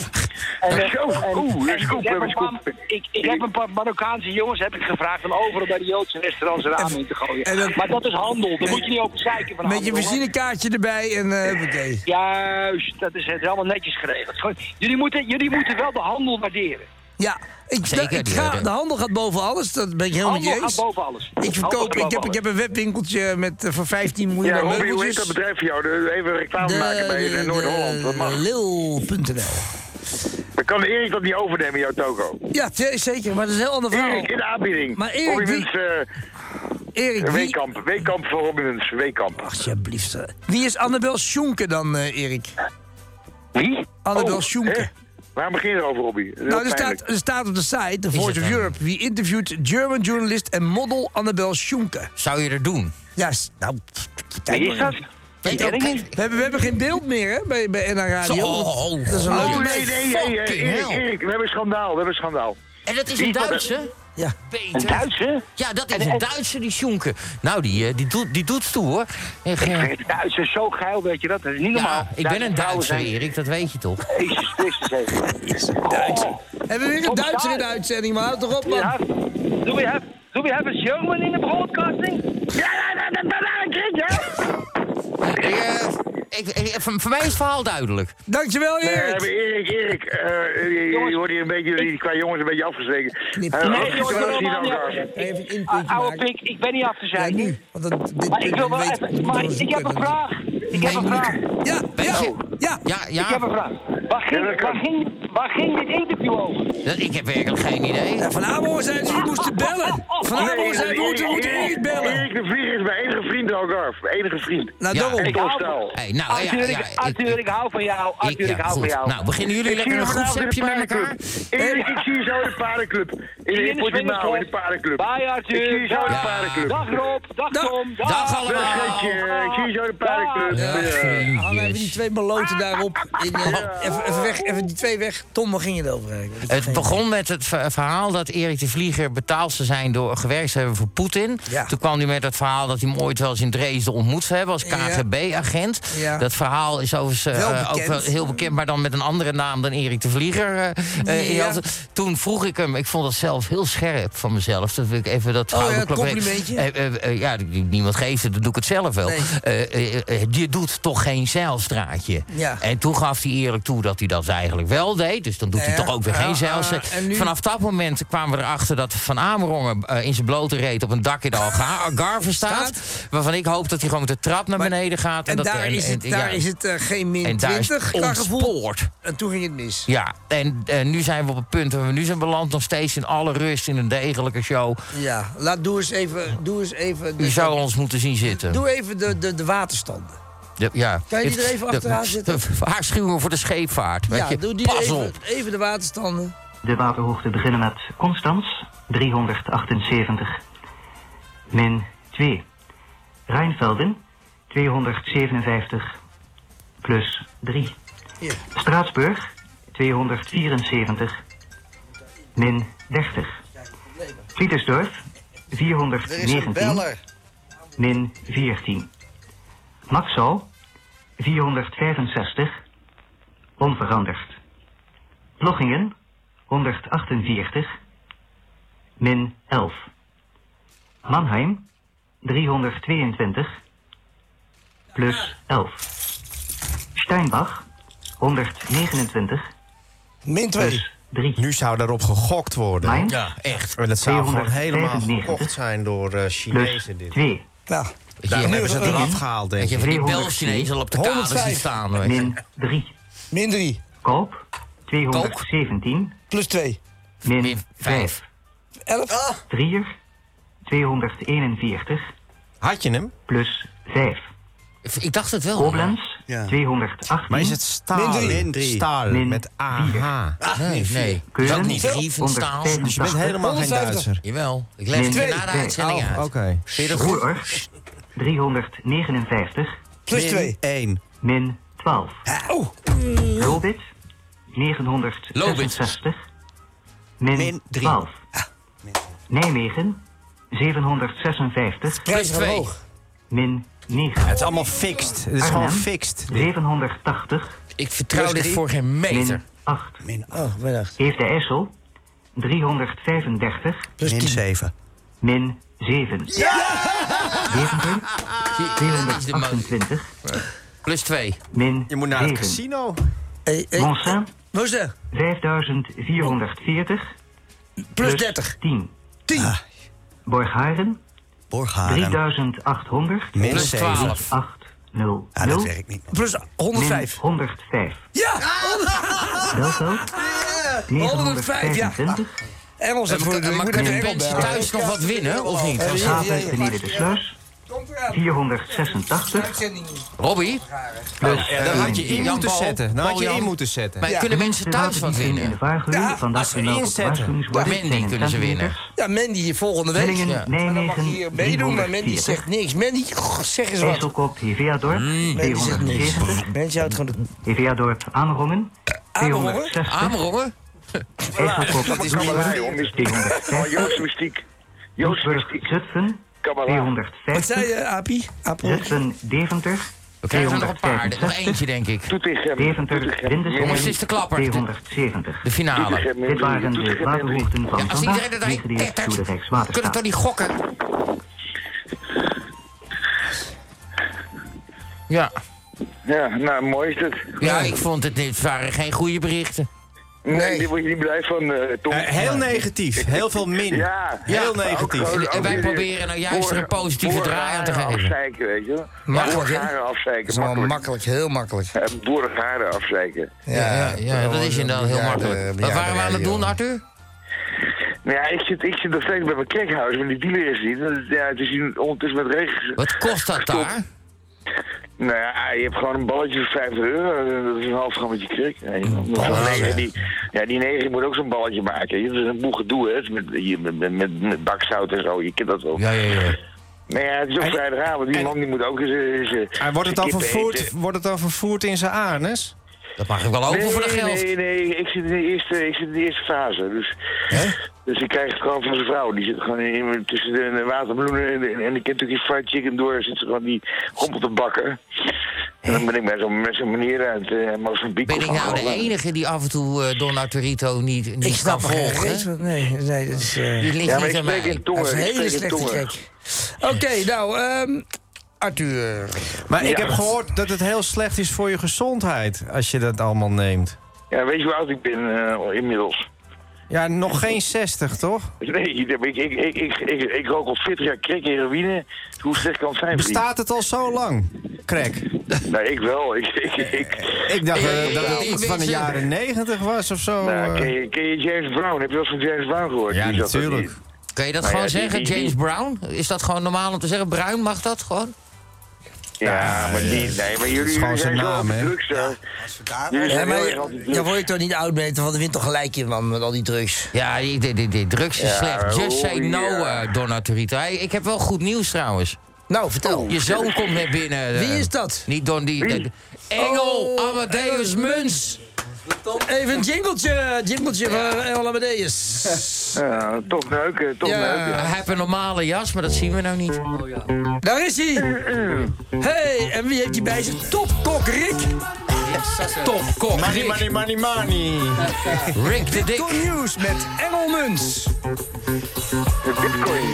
P: en, eh,
L: Zo, oeh, dat is
P: ik
L: goed,
P: heb
L: dat
P: een
L: is
P: paar-
L: goed.
P: Ik, ik heb een paar Marokkaanse jongens heb ik gevraagd om overal bij de Joodse restaurants ramen in te gooien.
D: en dat-
P: maar dat is handel, daar moet je niet over zeiken van
D: Met
P: handel,
D: je
P: hoor.
D: benzinekaartje erbij en... eh oké.
P: Juist, dat is het. Allemaal netjes geregeld. Gewoon, jullie, moeten, jullie moeten wel de handel waarderen.
D: Ja, ik,
P: Zeker,
D: ik
P: die
D: ga,
P: hebben.
D: de handel gaat boven alles, dat ben ik helemaal
P: Handel
D: niet eens.
P: gaat boven alles.
D: Ik,
P: Handel
D: verkoop,
P: gaat
D: ik,
P: boven
D: heb, ik heb een webwinkeltje met, eh, voor 15 miljoen
L: Ja,
D: aan
L: Robbie, hoe heet
D: meubeltjes.
L: dat bedrijf van jou? De- Even reclame
D: De-
L: maken bij
D: de-
L: eh, Noord-Holland, dat mag.
D: Lil.nl
L: Dan kan Erik dat niet overnemen, jouw toko.
D: Ja, te- zeker, maar dat is een heel ander verhaal.
L: Erik, in de aanbieding.
D: Maar
L: Robbie
D: Erik, wie,
L: Muns, eh,
D: Erik, wie-
L: Weekamp, Weekamp voor Robbie Muns, Weekamp.
D: Alsjeblieft. eh. wie is Annabel Sjonke dan, eh, Erik?
L: Wie?
D: Annabel
L: Oh,
D: Sjonke.
L: hè? Waarom begin je erover, Robbie? Heel
D: Nou, er
L: pijnlijk.
D: staat, er staat op de site, The
L: Is het
D: Voice of
L: dan?
D: Europe, wie interviewt German journalist en model Annabel Sjonke. Zou je dat doen? Ja, s- nou... pff, kijk
E: Wie is
D: maar.
E: dat?
D: Kijk,
E: ken ik
D: ook-
E: niet.
D: we, hebben, we hebben geen beeld meer, hè, bij, bij NH Radio.
E: Zo,
D: dat is een
L: oh,
D: leuke
L: nee, nee, nee, nee,
D: Fucking
L: Erik,
D: hell.
L: Erik, we hebben een schandaal, we hebben een schandaal.
E: En dat is
L: Wie
E: een
L: van de-
E: Duitse?
D: Ja.
E: Peter.
L: Een Duitse?
E: Ja, dat
L: En-
E: is
L: en-
E: een Duitse, die Sjonke. Nou, die, eh, die, doet, die doet het toe, hoor. Echt, eh,
P: De Duitsers is zo geil, weet je dat? Dat is niet normaal.
E: ja, ik ben een
P: Duitse
E: Duitser, Erik, dat weet je toch?
P: Jezus Christus, even.
D: Oh. Hebben we weer een Duitser in de uitzending, maar houd toch op, man.
P: Do we have, do we have a German in the broadcasting? Ja, ja, ja, dat ben ik, ja.
E: Eh, ik, ik- voor, voor mij is het verhaal duidelijk.
D: Dankjewel,
L: Nee, maar Erik, Erik, eh, je- je, je wordt hier een beetje, jullie qua jongens een beetje afgestreken. Eh,
P: Nee,
L: ook situatie
P: jongens, helemaal
L: dan
P: niet
L: elkaar.
P: afgezeikt.
D: Even een
P: Ah, Oude pik, ik ben niet af te zijn. maar ik wil wel even, maar ik heb een vraag. Ik heb een vraag.
D: Ja,
E: ja,
D: ja,
E: ja, ja.
P: Ik heb een vraag. Waar ging, waar ging, waar ging dit interview over?
E: Dat- ik heb werkelijk geen idee.
D: Van Amor zei dat we moesten
P: Oh,
D: bellen. Van Amor zei we moeten, we moeten Erik bellen.
L: Erik de Vlieger is mijn enige vriend, Dalgarf. Mijn enige vriend.
D: Nou, Ja. daarom.
L: En Tom
P: Ik hou-
L: Staal.
E: Hey, nou, ja,
P: Arthur,
E: ja,
P: ik, Arthur, ik hou van jou. Arthur, ik,
E: ja,
P: hou van
E: goed.
P: jou.
E: Nou, beginnen jullie
L: Ik
E: lekker
L: zie
E: een
L: je vanavond
E: groepsappje
L: in de
E: met elkaar?
L: paardenclub. Erik, ik zie je zo in de paardenclub. In
P: Hier
L: de
P: in de
L: Portimao, in de
P: swingersclub.
L: paardenclub.
P: Bye,
L: Ik zie je
P: Arthur.
L: zo in de
P: Dag.
L: paardenclub.
P: Dag Rob, dag Tom. Dag,
L: Dag, Gertje. eh, Ik zie je zo in de paardenclub. Ja.
D: Hang even die twee maloten daarop. In, eh, even, even weg, even die twee weg. Tom, waar ging je het over eigenlijk?
E: Het begon met het ver- verhaal dat Erik de Vlieger betaald zou zijn door gewerkt te hebben voor Poetin.
D: Ja.
E: Toen kwam hij met het verhaal dat hij hem ooit wel eens in Dresden ontmoet zou hebben als KGB-agent.
D: Ja.
E: Dat verhaal is overigens eh,
D: Wel
E: eh, ook
D: bekend.
E: wel heel bekend, maar dan met een andere naam dan Erik de Vlieger. eh, eh, in
D: Ja.
E: had- Toen vroeg ik hem, ik vond dat zelf heel scherp van mezelf. Dat wil ik even dat
D: Oh ja,
E: gouden
D: het
E: klap-
D: complimentje.
E: Eh, eh, eh, ja, die- die niemand geeft het, dan doe ik het zelf wel. Eh, eh, eh, je doet toch geen zeilstraatje.
D: Ja.
E: En toen gaf hij eerlijk toe dat hij dat eigenlijk wel deed. Dus dan doet hij
D: Ja,
E: toch ook weer
D: ja,
E: geen zeils.
D: ah, en nu-
E: Vanaf dat moment kwamen we erachter dat Van Amerongen eh, in zijn blote reet op een dak in de Alga- Algarve staat. Waarvan ik hoop dat hij gewoon met de trap naar beneden gaat.
D: En
E: dat,
D: daar is het,
E: ja.
D: daar is het eh, geen min
E: En daar is
D: 20
E: het
D: qua gevoel.
E: ontspoord.
D: En toen ging het mis.
E: Ja, en, eh, nu zijn we op het punt waar we nu zijn beland. Nog steeds in alle rust, in een degelijke show.
D: Ja, laat, doe eens even... Doe eens even
E: U
D: de,
E: zou ons moeten zien zitten.
D: doe even de, de, de waterstanden.
E: De- ja.
D: Kan je die er even
E: De-
D: achteraan zetten?
E: de waarschuwingen voor de scheepvaart. Weet
D: Ja,
E: je,
D: doe die
E: pas
D: even,
E: op.
D: even de waterstanden.
Q: De waterhoogte beginnen met Constans 378, min 2. Rijnvelden 257, plus 3.
D: Ja.
Q: Straatsburg 274, min 30. Pietersdorf
C: Er is een
Q: 419,
C: beller.
Q: min 14. Maxal 465, onveranderd. Plochingen 148, min 11. Mannheim 322, plus 11. Steinbach 129,
H: Min 2. Nu zou daarop gegokt worden.
Q: Mijn? Ja, echt.
H: En dat zou gewoon helemaal
Q: 295.
H: gekocht zijn door eh, Chinezen.
L: Dus
H: Dit.
Q: Twee.
D: Ja.
H: Daarom hebben ze Nou, het eraf gehaald, denk ik.
E: Dat je van die Bel-Chinezen al op de kade ziet staan. weet je.
Q: Min 3.
D: Min 3.
Q: Koop 217.
D: Plus 2.
Q: Min Ah. 5.
D: 11.
Q: 3. 241.
H: Had je hem?
Q: Plus 5.
E: Ik dacht het wel.
Q: Koblenz
H: Ja.
Q: 218.
H: Maar is het staal?
Q: Min drie.
H: Min drie. Staal
Q: Min
H: met AH.
Q: vier.
H: Ah,
E: nee, nee.
Q: Keulen,
E: Dat niet. Drie van staal.
Q: 185.
H: Dus je bent helemaal geen Duitser.
E: Jawel. Ik leg het je
Q: Min
E: na de
Q: twee.
E: uitzending
Q: Oh,
E: uit.
H: oké.
E: Vind je dat goed?
Q: Roer 359.
D: Plus
Q: Min
D: twee.
H: 1.
Q: Min 12.
H: Oh.
Q: Lobit 966. Min, 12. Nijmegen 756.
H: Prijs Plus omhoog.
Q: Min 9.
H: Het is allemaal fixed. Het is gewoon
Q: Arnhem,
H: fixed.
Q: 780.
E: Ik
H: vertrouw dit voor geen meter.
Q: Min 8.
D: Min 8. Min 8.
Q: Heeft de Essel 335.
D: min
Q: 7. Min 7. Ja! Deventer 228.
E: Plus 2.
Q: Min
H: Je moet naar het
Q: 7.
H: casino.
Q: Monsin
D: Monsin.
Q: 5440.
D: Plus 30.
Q: 10. 10. Borgharen.
D: Ah. Borgharen.
Q: 3800.
D: Min Plus 7. 12.
Q: 800.
D: Ja, dat werkt niet. Plus 105.
Q: Min 105.
D: Ja!
Q: Belveld.
D: 105, ja.
Q: 925.
D: Engels
E: Eh, maar
D: ervoor.
E: kan-
D: Ik
E: maar
D: moet
E: kunnen
D: even Engels
E: mensen
D: bellen.
E: thuis nog wat winnen, of niet?
D: Eh, ja, ja, ja.
Q: Schapen beneden de sluis. 486.
E: Robbie?
Q: Plus
H: Nou, Ja,
D: eh,
H: dan had je in
E: Jan
H: moeten
E: Paul,
Q: Nou,
H: zetten. Dan had je
E: Paul
H: in
E: Jan.
H: moeten zetten.
E: Nou, Maar kunnen mensen thuis wat winnen?
Q: In de vaargloei vandaag
H: als we
Q: vermeld op
H: inzetten.
E: Door
Q: waarschuwingsborden
E: Mandy
Q: zijn
E: kunnen ze winnen.
Q: centimeters.
D: Ja, Mandy hier volgende week.
Q: Willingen,
D: ja.
Q: Nijmegen,
D: En dan mag je hier meedoen, maar Mandy
Q: 340.
D: zegt niks. Mandy, goh, zeg eens wat.
Q: IJsselkoop, Heveadorp,
D: Mandy zegt niks.
Q: 270.
D: Mandy houdt gewoon de...
Q: Heveadorp, Amerongen, 260.
E: Amerongen?
Q: IJsselkoop,
L: Dat is allemaal hij, hoor, mystiek.
Q: 250.
L: Oh, Joods mystiek. Joods mystiek.
Q: Zutphen,
L: Kabbala.
Q: 250.
D: Wat zei je, Apie? Apel?
Q: Zutphen, Deventer,
E: We krijgen er nog een paar. Nog
Q: 265.
E: eentje, denk ik.
L: Doetinchem.
Q: Deventer,
L: Doetinchem.
Q: Lindesheim,
E: Jongens, dit is de klapper.
Q: 270.
E: De finale.
Q: Dit waren de waterhoogten van
E: Ja, als
Q: vandaag,
E: iedereen erin
Q: meegedeeld door de
E: tettert, kunnen
Q: Rijkswaterstaat.
E: toch niet gokken? Ja.
L: Ja, nou, mooi is het.
E: Ja, ik vond het niet. Het waren geen goede berichten.
L: Nee, die word je niet blij van, eh Tom.
H: Eh, heel negatief. Heel veel min.
L: Ja.
H: Heel
L: Ja,
H: negatief.
L: ook- ook-
E: En wij
L: ook-
E: proberen nou juist er een positieve
L: boor-
E: draai aan te
L: boorharen
E: geven.
L: Afzeiken, weet je wel.
E: Makkelijk, hè?
L: Boorharen
D: Dat is
L: afzeiken,
D: wel
L: makkelijk.
D: makkelijk, heel makkelijk.
L: Eh, boorharen afzeiken.
E: Ja, ja, ja, dat is inderdaad heel
D: bejaarde-
E: makkelijk. Wat
D: bejaarde
E: waren we aan het
D: radio.
E: doen, Arthur?
L: Nou ja, ik zit, ik zit nog steeds bij mijn kerkhuis, maar die dealer is niet. Ja, het is hier ondertussen met regen.
E: Wat kost dat daar?
L: Nou ja, je hebt gewoon een balletje voor 50 euro. Dat is een half grammetje krik. Ja, je moet
E: balletje.
L: gewoon negen- die, ja, die neger moet ook zo'n balletje maken. Dat is een boel gedoe, hè. Het is Met, hier, met, met, met, met bakzout en zo. Je kent dat wel.
E: Ja, ja, ja.
L: Maar ja, het is ook vrijdagavond. Die man die moet ook eens... eens, eens
H: En wordt het,
L: zijn
H: dan
L: kippen
H: vervoerd,
L: eten.
H: wordt het dan vervoerd in zijn anus?
E: Dat mag ik wel open voor dat
L: nee,
E: geld.
L: Nee, nee, ik zit in de eerste, ik zit in de eerste fase. Dus, dus ik krijg het gewoon van zijn vrouw. Die zit gewoon in, tussen de, de waterbloemen en de, en de Kentucky Fried Chicken door. Zit ze gewoon die rompel te bakken. En dan ben ik bij zo'n met zo'n meneer uit eh Mozambique.
E: Ben ik
L: of
E: nou de
L: Angola.
E: enige die af en toe eh, Don Arturito niet,
D: Ik
E: niet kan
D: snap er geen
E: volgen?
D: reet van. Nee, nee, dat is... eh,
E: Die ligt
L: Ja, maar
E: niet
L: ik
E: aan
L: spreek
E: mij.
L: in tongen.
D: dat is een hele
L: ik spreek in
D: slechte
L: tongen.
D: gek. Oké, nou, ehm Arthur.
H: Maar ik
L: Ja.
H: heb gehoord dat het heel slecht is voor je gezondheid als je dat allemaal neemt.
L: Ja, weet je hoe oud ik ben eh, inmiddels?
H: Ja, nog geen 60, toch?
L: Nee, ik, ik, ik, ik, ik, ik, ik rook al 40 jaar krik heroïne. Hoe slecht kan het zijn? vriend?
H: Bestaat het al zo lang? Crack.
L: Nou, ik wel. Ik, ik, ik,
H: Ik dacht eh,
E: Ik- ik-
H: dat
E: ik-
H: het
E: ik
H: iets
E: weet
H: van de
E: zeker.
H: jaren 90 was of zo.
L: nou,
H: eh.
L: ken, je, ken je James Brown? Heb je wel eens van James Brown gehoord?
H: Ja,
L: Die zat dat
H: natuurlijk.
L: in.
E: Kan je dat
L: Maar Nou ja,
E: gewoon zeggen,
L: die- die- die-
E: James Brown? Is dat gewoon normaal om te zeggen? Bruin, mag dat gewoon?
L: Ja, maar die, nee, maar jullie, jullie zijn zo op de drugs, hè? Jullie
D: Ja,
L: zijn
D: maar
L: heel erg op de drugs.
D: daar word je toch niet oud mee, want de wint toch gelijk in, man, met al die drugs.
E: Ja, die, die, die, die drugs is
D: Ja,
E: slecht. Just
D: oh,
E: say no,
D: ja.
E: eh, Donna Torito. Hey, ik heb wel goed nieuws trouwens.
D: Nou, vertel.
E: Je zoon komt net binnen. eh,
D: Wie is dat?
E: Niet Don die.
D: Wie?
E: de- Engel Amadeus Muns.
D: Oh, Even een jingletje, jingletje van Engel Amadeus.
L: Ja, toch neuken, toch neuken.
E: Hij heeft een normale jas, maar dat zien we nou niet.
D: Oh, Daar is hij! Hey, en wie heeft die bij zich? Topkok Rick! Topkok
H: Money,
D: Rick!
H: money, money, money.
E: Rick de Dik!
D: Top nieuws met Engelmuns!
L: Bitcoin.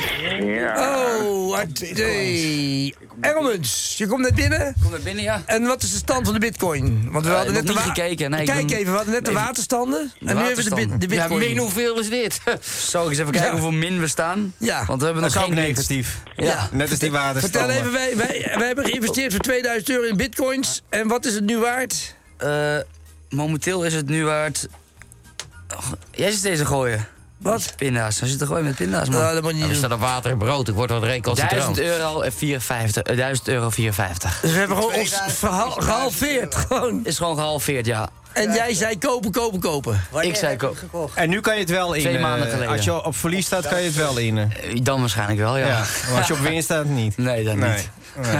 D: Oh, wat- hey. Engelmuns, je komt net binnen?
R: Kom naar binnen, ja.
D: En wat is de stand van de bitcoin? Want we
R: Eh,
D: hadden
R: nog
D: net de
R: niet
D: wa-
R: gekeken, nee, ik
D: Kijk
R: ben-
D: even, we hadden net de
R: even-
D: waterstanden.
R: De
D: en nu hebben we de,
R: waterstanden.
D: bit- de
R: Ja,
D: bitcoin.
R: min
E: hoeveel is dit?
R: Zal ik eens even kijken
D: Ja.
R: hoeveel min we staan?
D: Ja.
R: Want we hebben
D: Dat
R: nog
D: is
R: geen
D: ook
R: winst.
D: negatief.
R: Ja.
H: Net als
D: Vertel
H: die waterstanden.
D: even, wij, wij, wij hebben geïnvesteerd voor 2000 euro in bitcoins. En wat is het nu waard?
R: Eh, momenteel is het nu waard... Och, jij zit deze gooien.
D: Wat?
R: Pinda's. Hij zit te gooien met pinda's, man.
D: Nou, dat moet je niet
E: Er
D: doen.
E: staat op water en brood. Ik word wat recalcitrant.
R: 1000 euro en 450. eh, 1000 euro 450.
D: Dus we hebben gewoon ons verhaal- gehalveerd. Gewoon.
R: Is gewoon gehalveerd, ja.
D: En jij zei kopen, kopen, kopen.
R: ik zei koop.
H: En nu kan je het wel in.
R: Twee maanden geleden.
H: Als je op verlies staat, kan je het wel in.
R: Eh, Dan waarschijnlijk wel, ja.
H: Ja, maar als je op winst staat, niet.
R: Nee, dan
H: Nee.
R: niet.
H: Nee.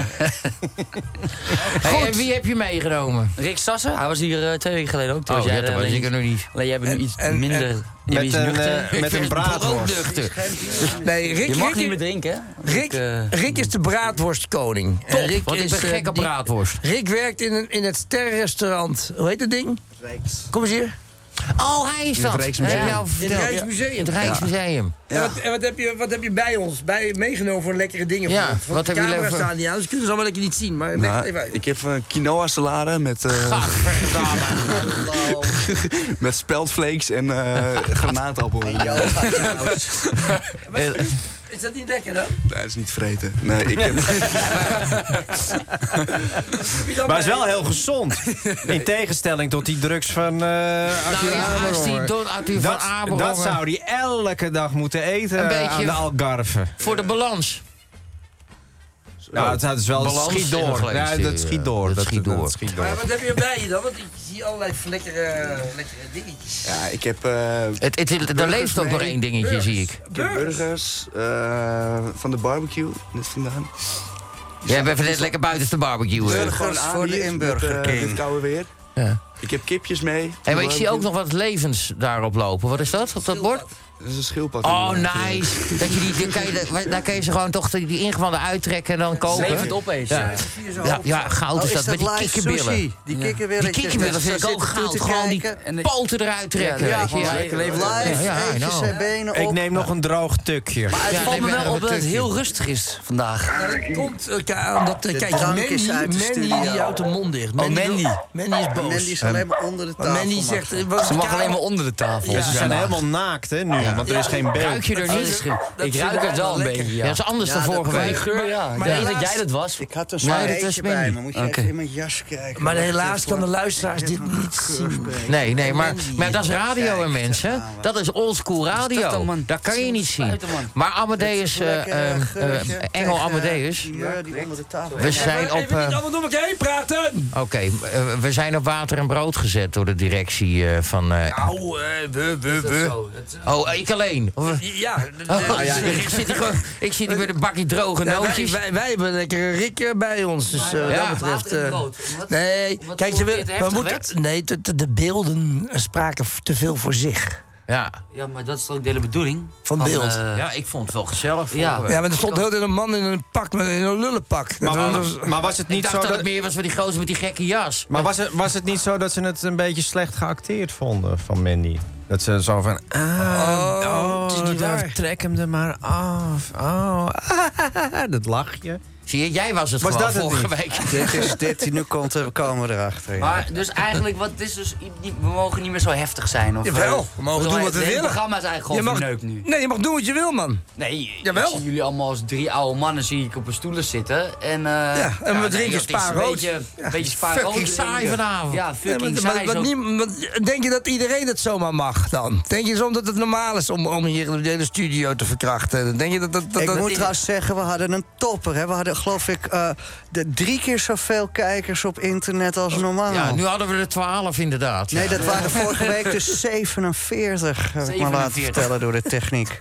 E: Hey, en wie heb je meegenomen?
R: Rick Sassen, hij was hier eh, twee weken geleden ook. Toen
E: Oh,
R: was jij
E: ja,
R: er
E: dat was
R: alleen
E: ik er nog niet.
R: Alleen jij bent nu iets
D: en-
R: minder...
D: en-
R: je bent
H: Met
R: iets
H: een,
R: nuchter.
H: eh, met een braadworst.
D: Nee, Rick,
R: Je mag
D: Rick,
R: niet meer drinken, eh, hè?
D: Rick, Rick is de braadworstkoning.
E: Top,
D: En Rick
E: want ik ben
D: eh,
E: gek op
D: die-
E: braadworst.
D: Rick werkt in, een, in het sterrenrestaurant. Hoe heet dat ding? Kom eens hier.
E: Oh, hij is
D: In het
E: dat.
D: Rijksmuseum.
E: Heb je al
D: In
E: verteld?
D: het Rijksmuseum.
E: In het Rijksmuseum.
D: En, wat, en wat, heb je, wat heb je bij ons bij, meegenomen voor lekkere dingen?
E: Ja,
D: voor ons? Want
E: wat
D: de
E: hebben jullie
D: camera's
E: even-
D: staan niet aan, dus kunnen ze allemaal lekker niet zien. Maar leg het
Q: Nou,
D: even uit.
Q: ik heb een quinoa salade met, eh met speldflakes en eh granaatappel.
D: Is dat niet lekker dan?
Q: Eh, Dat is niet vreten. Nee, ik heb...
H: Maar het is wel heel gezond. In tegenstelling tot die drugs van eh Arthur
E: Nou ja, als
H: Amerongen.
E: die Don Arthur van
H: dat,
E: Amerongen-
H: dat zou hij elke dag moeten eten
E: Een
H: eh, aan
E: beetje-
H: de Algarve.
E: Voor de balans.
H: Nou, het, het is wel, het
E: Balans
H: schiet
E: in het
H: door.
E: vlees,
H: Ja,
E: eh,
H: dat schiet door.
E: dat
H: Dat
E: schiet door.
H: dat schiet door.
D: Maar wat heb je bij je dan? Want ik zie allerlei lekkere, lekkere dingetjes.
Q: Ja, ik heb... eh,
E: Het, het, het- er
Q: burgers
E: leeft ook nog
Q: mee.
E: één dingetje, zie ik.
Q: Ik heb burgers eh, van de barbecue, net vandaan.
E: Jij bent even net lekker buiten te
R: eh.
E: barbecuen.
Q: Gewoon aan
C: voor de
Q: hier,
C: inburger
Q: met, eh,
C: King.
Q: Dit koude weer.
E: Ja.
Q: Ik heb kipjes mee.
E: Hé, maar ik zie ook nog wat levens daarop lopen. Wat is dat op dat bord?
Q: Dat is een schildpad.
E: Oh,
Q: inderdaad.
E: nice. Dat je die, dan kan je, daar kun je ze gewoon toch die, die ingewanden uittrekken en dan kopen.
R: Levend opeten.
E: Ja. Ja, ja, goud
C: Oh,
E: is
C: is
E: dat.
C: dat
E: Met die
C: live
E: kikkerbillen.
C: sushi? Die
E: Ja.
C: kikkerbillen,
E: Die kikkerbillen vind ik ook
C: zitten toe
E: goud.
C: te
E: Gewoon die
C: kijken.
R: En de-
E: poten eruit trekken.
R: Ja,
E: weet je.
R: gewoon zeker levend
C: Live
E: Ja, I
C: eet je
E: know.
C: zijn benen op.
H: Ik neem nog een droog tukje.
R: Maar het
E: Ja,
R: valt me
E: nee, we
R: wel op
E: hebben
R: dat het
E: het
R: heel
E: tekstje.
R: rustig is vandaag.
D: Dat komt elkaar aan dat... eh,
C: Ah, de
D: kijk,
C: drank
D: Mandy,
C: is uit de
D: Mandy
C: studio.
D: die houdt de mond dicht.
R: Oh, Mandy.
D: Mandy is boos.
C: Mandy is alleen maar onder de
D: Maar
C: tafel.
D: Mandy zegt... eh, wat-
R: Ze mag alleen maar onder de tafel.
H: Ja, dus ze zijn helemaal naakt, hè, nu. Want er is geen
E: Ruik
H: beeld.
E: je er
R: Oh, dat
E: niet?
R: is ge-
D: dat
R: ik
D: vind
R: ruik
D: ik
R: het wel een
D: wel
R: beetje,
E: Ja,
R: ja.
E: dat is anders dan
C: Ja, dat
E: vorige
C: kan
R: Die
E: week.
R: geur, ja.
D: Maar
R: ik
D: helaas-
R: weet dat jij dat was.
C: Ik had een
E: Nee, dat
C: smaakje
E: was
C: bij
E: Mandy.
C: me. Moet je
R: Oké.
C: even in mijn jas kijken.
D: Maar
C: Wat is
D: helaas
C: dit
D: kan de
C: voor-
D: luisteraars dit niet zien.
E: Nee, nee, maar,
D: Mandy.
E: maar dat is radio en mensen. Dat is oldschool
R: dat dan,
E: radio.
R: man?
E: Dat kan je niet zien.
R: Buiten, man.
E: Maar Amadeus, eh, eh, eh,
C: Geurtje
E: Engel
C: tegen
E: Amadeus.
C: Die meur die onder de tafel
E: We zijn op.
D: Even
E: eh,
D: niet allemaal door elkaar heen praten!
E: Oké, eh, we zijn op water en brood gezet door de directie eh, van. eh,
D: Au, eh, we, we, we.
C: eh,
E: oh, ik alleen. Of-
D: Ja, de- de-
E: Oh, ik, zit hier gewoon, ik zit hier met een bakje droge
D: Ja, wij,
E: nootjes.
D: wij, wij hebben lekker Rick eh, bij ons, dus eh,
E: Ja.
D: wat dat betreft...
R: Water en
D: eh,
R: brood. Wat-
D: nee,
R: wat
D: kijk, ze
R: wordt
D: wil-
R: dit
D: we
R: heftig wet?
D: moeten... Nee, de, de- de beelden spraken f- te veel voor zich.
E: Ja.
R: Ja, maar dat is ook de hele bedoeling.
D: Van beeld.
R: eh,
E: ja, ik vond het wel
R: Ja.
E: gezellig. vorige week.
D: Ja, maar er stond heel de hele tijd een man in een pak, met, in een lullenpak.
H: Maar,
D: Dat
H: maar,
D: was-
H: maar was het
E: Ik
H: niet
E: dacht
H: zo
E: dat,
H: dat...
E: het meer was voor die gozer met die gekke jas.
H: Maar was het, was het niet zo dat ze het een beetje slecht geacteerd vonden van Mandy? Dat ze zo van... Ah,
C: Eh,
H: oh,
D: het is niet
H: daar-
D: waar.
H: Trek hem er maar af. Oh, dat lachje.
E: Zie je, jij was het
H: Was
E: gewoon
H: dat het
E: vorige
H: niet?
E: week.
C: Dit is dit, nu komt er, komen we erachter. ja.
R: Maar dus eigenlijk, wat het is dus, i- niet- we mogen niet meer zo heftig zijn. Of,
D: Jawel,
R: eh,
D: we mogen doen
R: het
D: wat we
R: hele
D: willen.
R: programma is eigenlijk gewoon verneukt nu.
D: Nee, je mag doen wat je wil, man.
R: Nee,
D: Jawel.
R: ik zie jullie allemaal als drie oude mannen zie ik op een stoelen zitten. En, eh,
D: en we drinken
R: nee, dat is
D: spaarrood.
R: Een beetje, een beetje spaarrood
E: Fucking
R: drinken.
E: saai vanavond.
R: Ja,
D: Ja, maar-
R: fucking
D: maar-
R: saai.
D: maar
R: zo-
D: niem- want denk je dat iedereen het zomaar mag dan? Denk je soms dat het normaal is om, om hier de hele studio te verkrachten? Denk je dat dat... dat,
C: Ik
D: dat-
C: moet trouwens zeggen, we hadden een topper. Hè. We hadden geloof ik, eh, de drie keer zoveel kijkers op internet als normaal.
E: Oh, Ja, nu hadden we er 12 inderdaad.
C: oh. Nee,
E: Ja.
C: dat waren vorige week dus 47, heb ik me laten
E: 47.
C: vertellen door de techniek.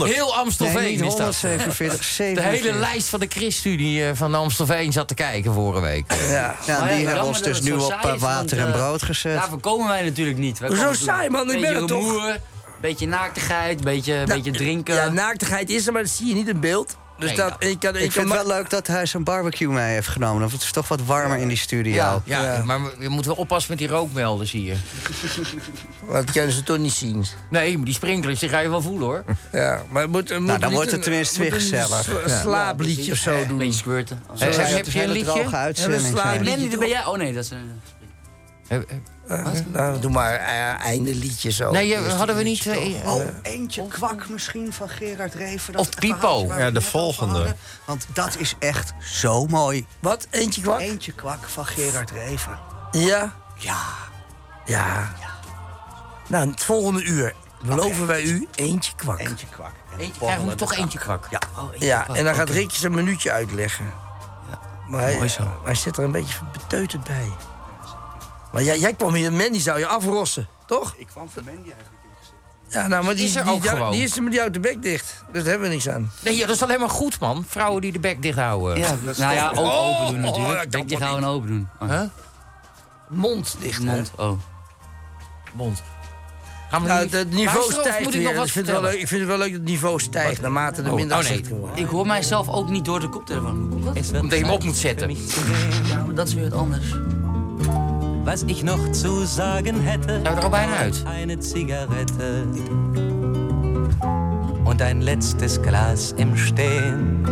E: Heel Amstelveen
C: Nee, niet
E: is dat.
C: 147,
E: De
C: 47.
E: hele lijst van de ChristenUnie eh, van Amstelveen zat te kijken vorige week.
C: Ja, ja, die hebben ons dus nu op eh, water en brood gezet.
R: Daarvoor komen wij natuurlijk niet. Wij
C: Hoezo
R: komen natuurlijk
C: saai, man? Ik
R: een
C: ben
R: beetje
C: er toch?
R: rumoer, Beetje naaktigheid, beetje, beetje drinken.
D: Nou, Ja, naaktigheid is er, maar dat zie je niet in beeld. Dus
R: Nee, nou,
D: dat,
R: ja.
D: ik kan, ik
C: Ik
D: kan
C: vind het wel leuk dat hij zijn barbecue mee heeft genomen. want Het is toch wat warmer in die studio.
E: Ja, maar we- je moet wel oppassen met die rookmelders hier.
D: Dat kunnen ze toch niet zien.
E: Nee, maar die sprinklers, die ga je wel voelen hoor.
D: Ja, maar het moet, het moet
C: Nou, dan
D: niet
C: wordt het
D: een-
C: tenminste weer
D: moet een
C: gezellig.
D: sla-
C: Ja.
D: slaapliedje of zo doen.
R: Beetje squirten.
D: Zo,
E: Hey,
D: ja,
E: heb
D: het is
E: je een
D: hele
E: liedje?
D: droge
E: Ja,
D: uitzending,
R: Een
D: ja.
R: slaapliedje. Nee, dat ben jij. Oh nee, dat is een...
D: Nou, doe maar eh, einde liedje zo.
E: Nee, je-
D: Eerst die
E: hadden we niet,
D: liedje,
E: eh,
D: toch? Oh,
E: eh,
C: Eentje kwak misschien van Gerard Reven.
E: Of Pipo. Ja, de volgende.
C: Want dat is echt zo mooi.
D: Wat? Eentje kwak?
C: Eentje kwak van Gerard Reven.
D: Ja.
C: Ja.
D: Ja. Nou, het volgende uur beloven wij u eentje kwak.
C: Eentje kwak.
E: Eentje, krijgen we toch eentje kwak.
C: Ja.
D: Ja, en dan gaat
E: Rick.
D: Rickje zijn minuutje uitleggen. Maar hij,
R: Mooi zo.
D: hij zit er een beetje beteuterd bij. Maar jij, jij kwam hier, Mandy zou je afrossen, toch?
Q: Ik kwam van Mandy eigenlijk.
D: Ja, nou, maar die,
E: Is er
D: die,
E: ook
D: jou-
E: gewoon.
D: die is met jou de bek dicht. Dus daar hebben we niks aan.
E: Nee, ja, dat is alleen maar goed, man. Vrouwen die de bek dicht houden.
R: Ja, nou ja, ook
E: Oh,
R: open doen
E: oh,
R: natuurlijk. Denk
E: dat kan
R: je
E: toch
R: gauw en open doen. Oh,
E: Huh?
D: Mond dicht. hè?
R: Mond, oh.
E: Mond. Gaan we
D: Nou,
E: nu-
D: het- het niveau
E: Luisteren of
D: stijgt
E: moet ik
D: weer.
E: nog wat
D: ik, vind het wel
E: vertellen?
D: leuk, ik vind het wel leuk dat het niveau stijgt naarmate er
E: Oh,
D: minder
E: oh, nee.
D: afzet wordt.
R: Ik hoor mijzelf ook niet door de koptelefoon. Hoe komt dat?
E: Omdat je hem op moet zetten.
R: Ja, maar dat is weer wat anders.
S: Was ich noch zu sagen hätte,
E: Zijn we er al bijna uit?
S: eine Zigarette und ein letztes Glas im Stehen.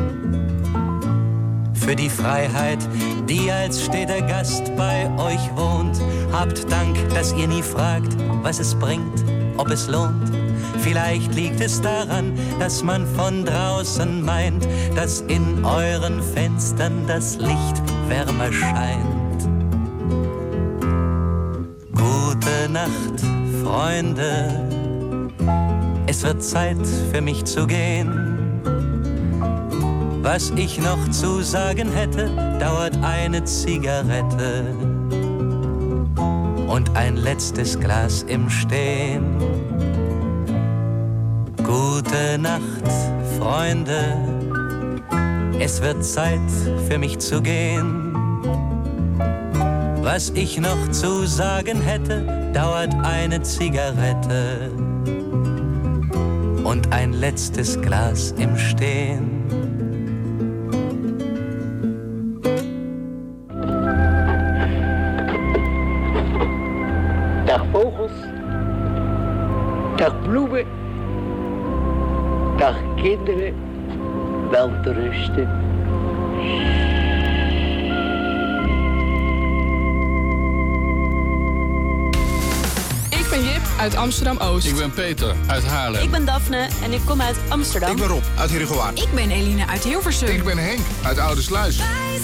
S: Für die Freiheit, die als steter Gast bei euch wohnt. Habt Dank, dass ihr nie fragt, was es bringt, ob es lohnt. Vielleicht liegt es daran, dass man von draußen meint, dass in euren Fenstern das Licht wärmer scheint. Gute Nacht, Freunde. Es wird Zeit für mich zu gehen. Was ich noch zu sagen hätte, dauert eine Zigarette und ein letztes Glas im Stehen. Gute Nacht, Freunde. Es wird Zeit für mich zu gehen. Was ich noch zu sagen hätte, dauert eine Zigarette und ein letztes Glas im Stehen.
T: Dag vogels. Dag bloemen. Dag kinderen. Wel te rusten.
U: Ik ben Jip uit Amsterdam-Oost.
V: Ik ben Peter uit Haarlem.
U: ben Daphne en ik kom uit Amsterdam.
V: Ik ben Rob uit Heerhugowaard.
U: Ik ben Elina uit Hilversum.
V: Ik ben Henk uit Oudersluis.
U: Wij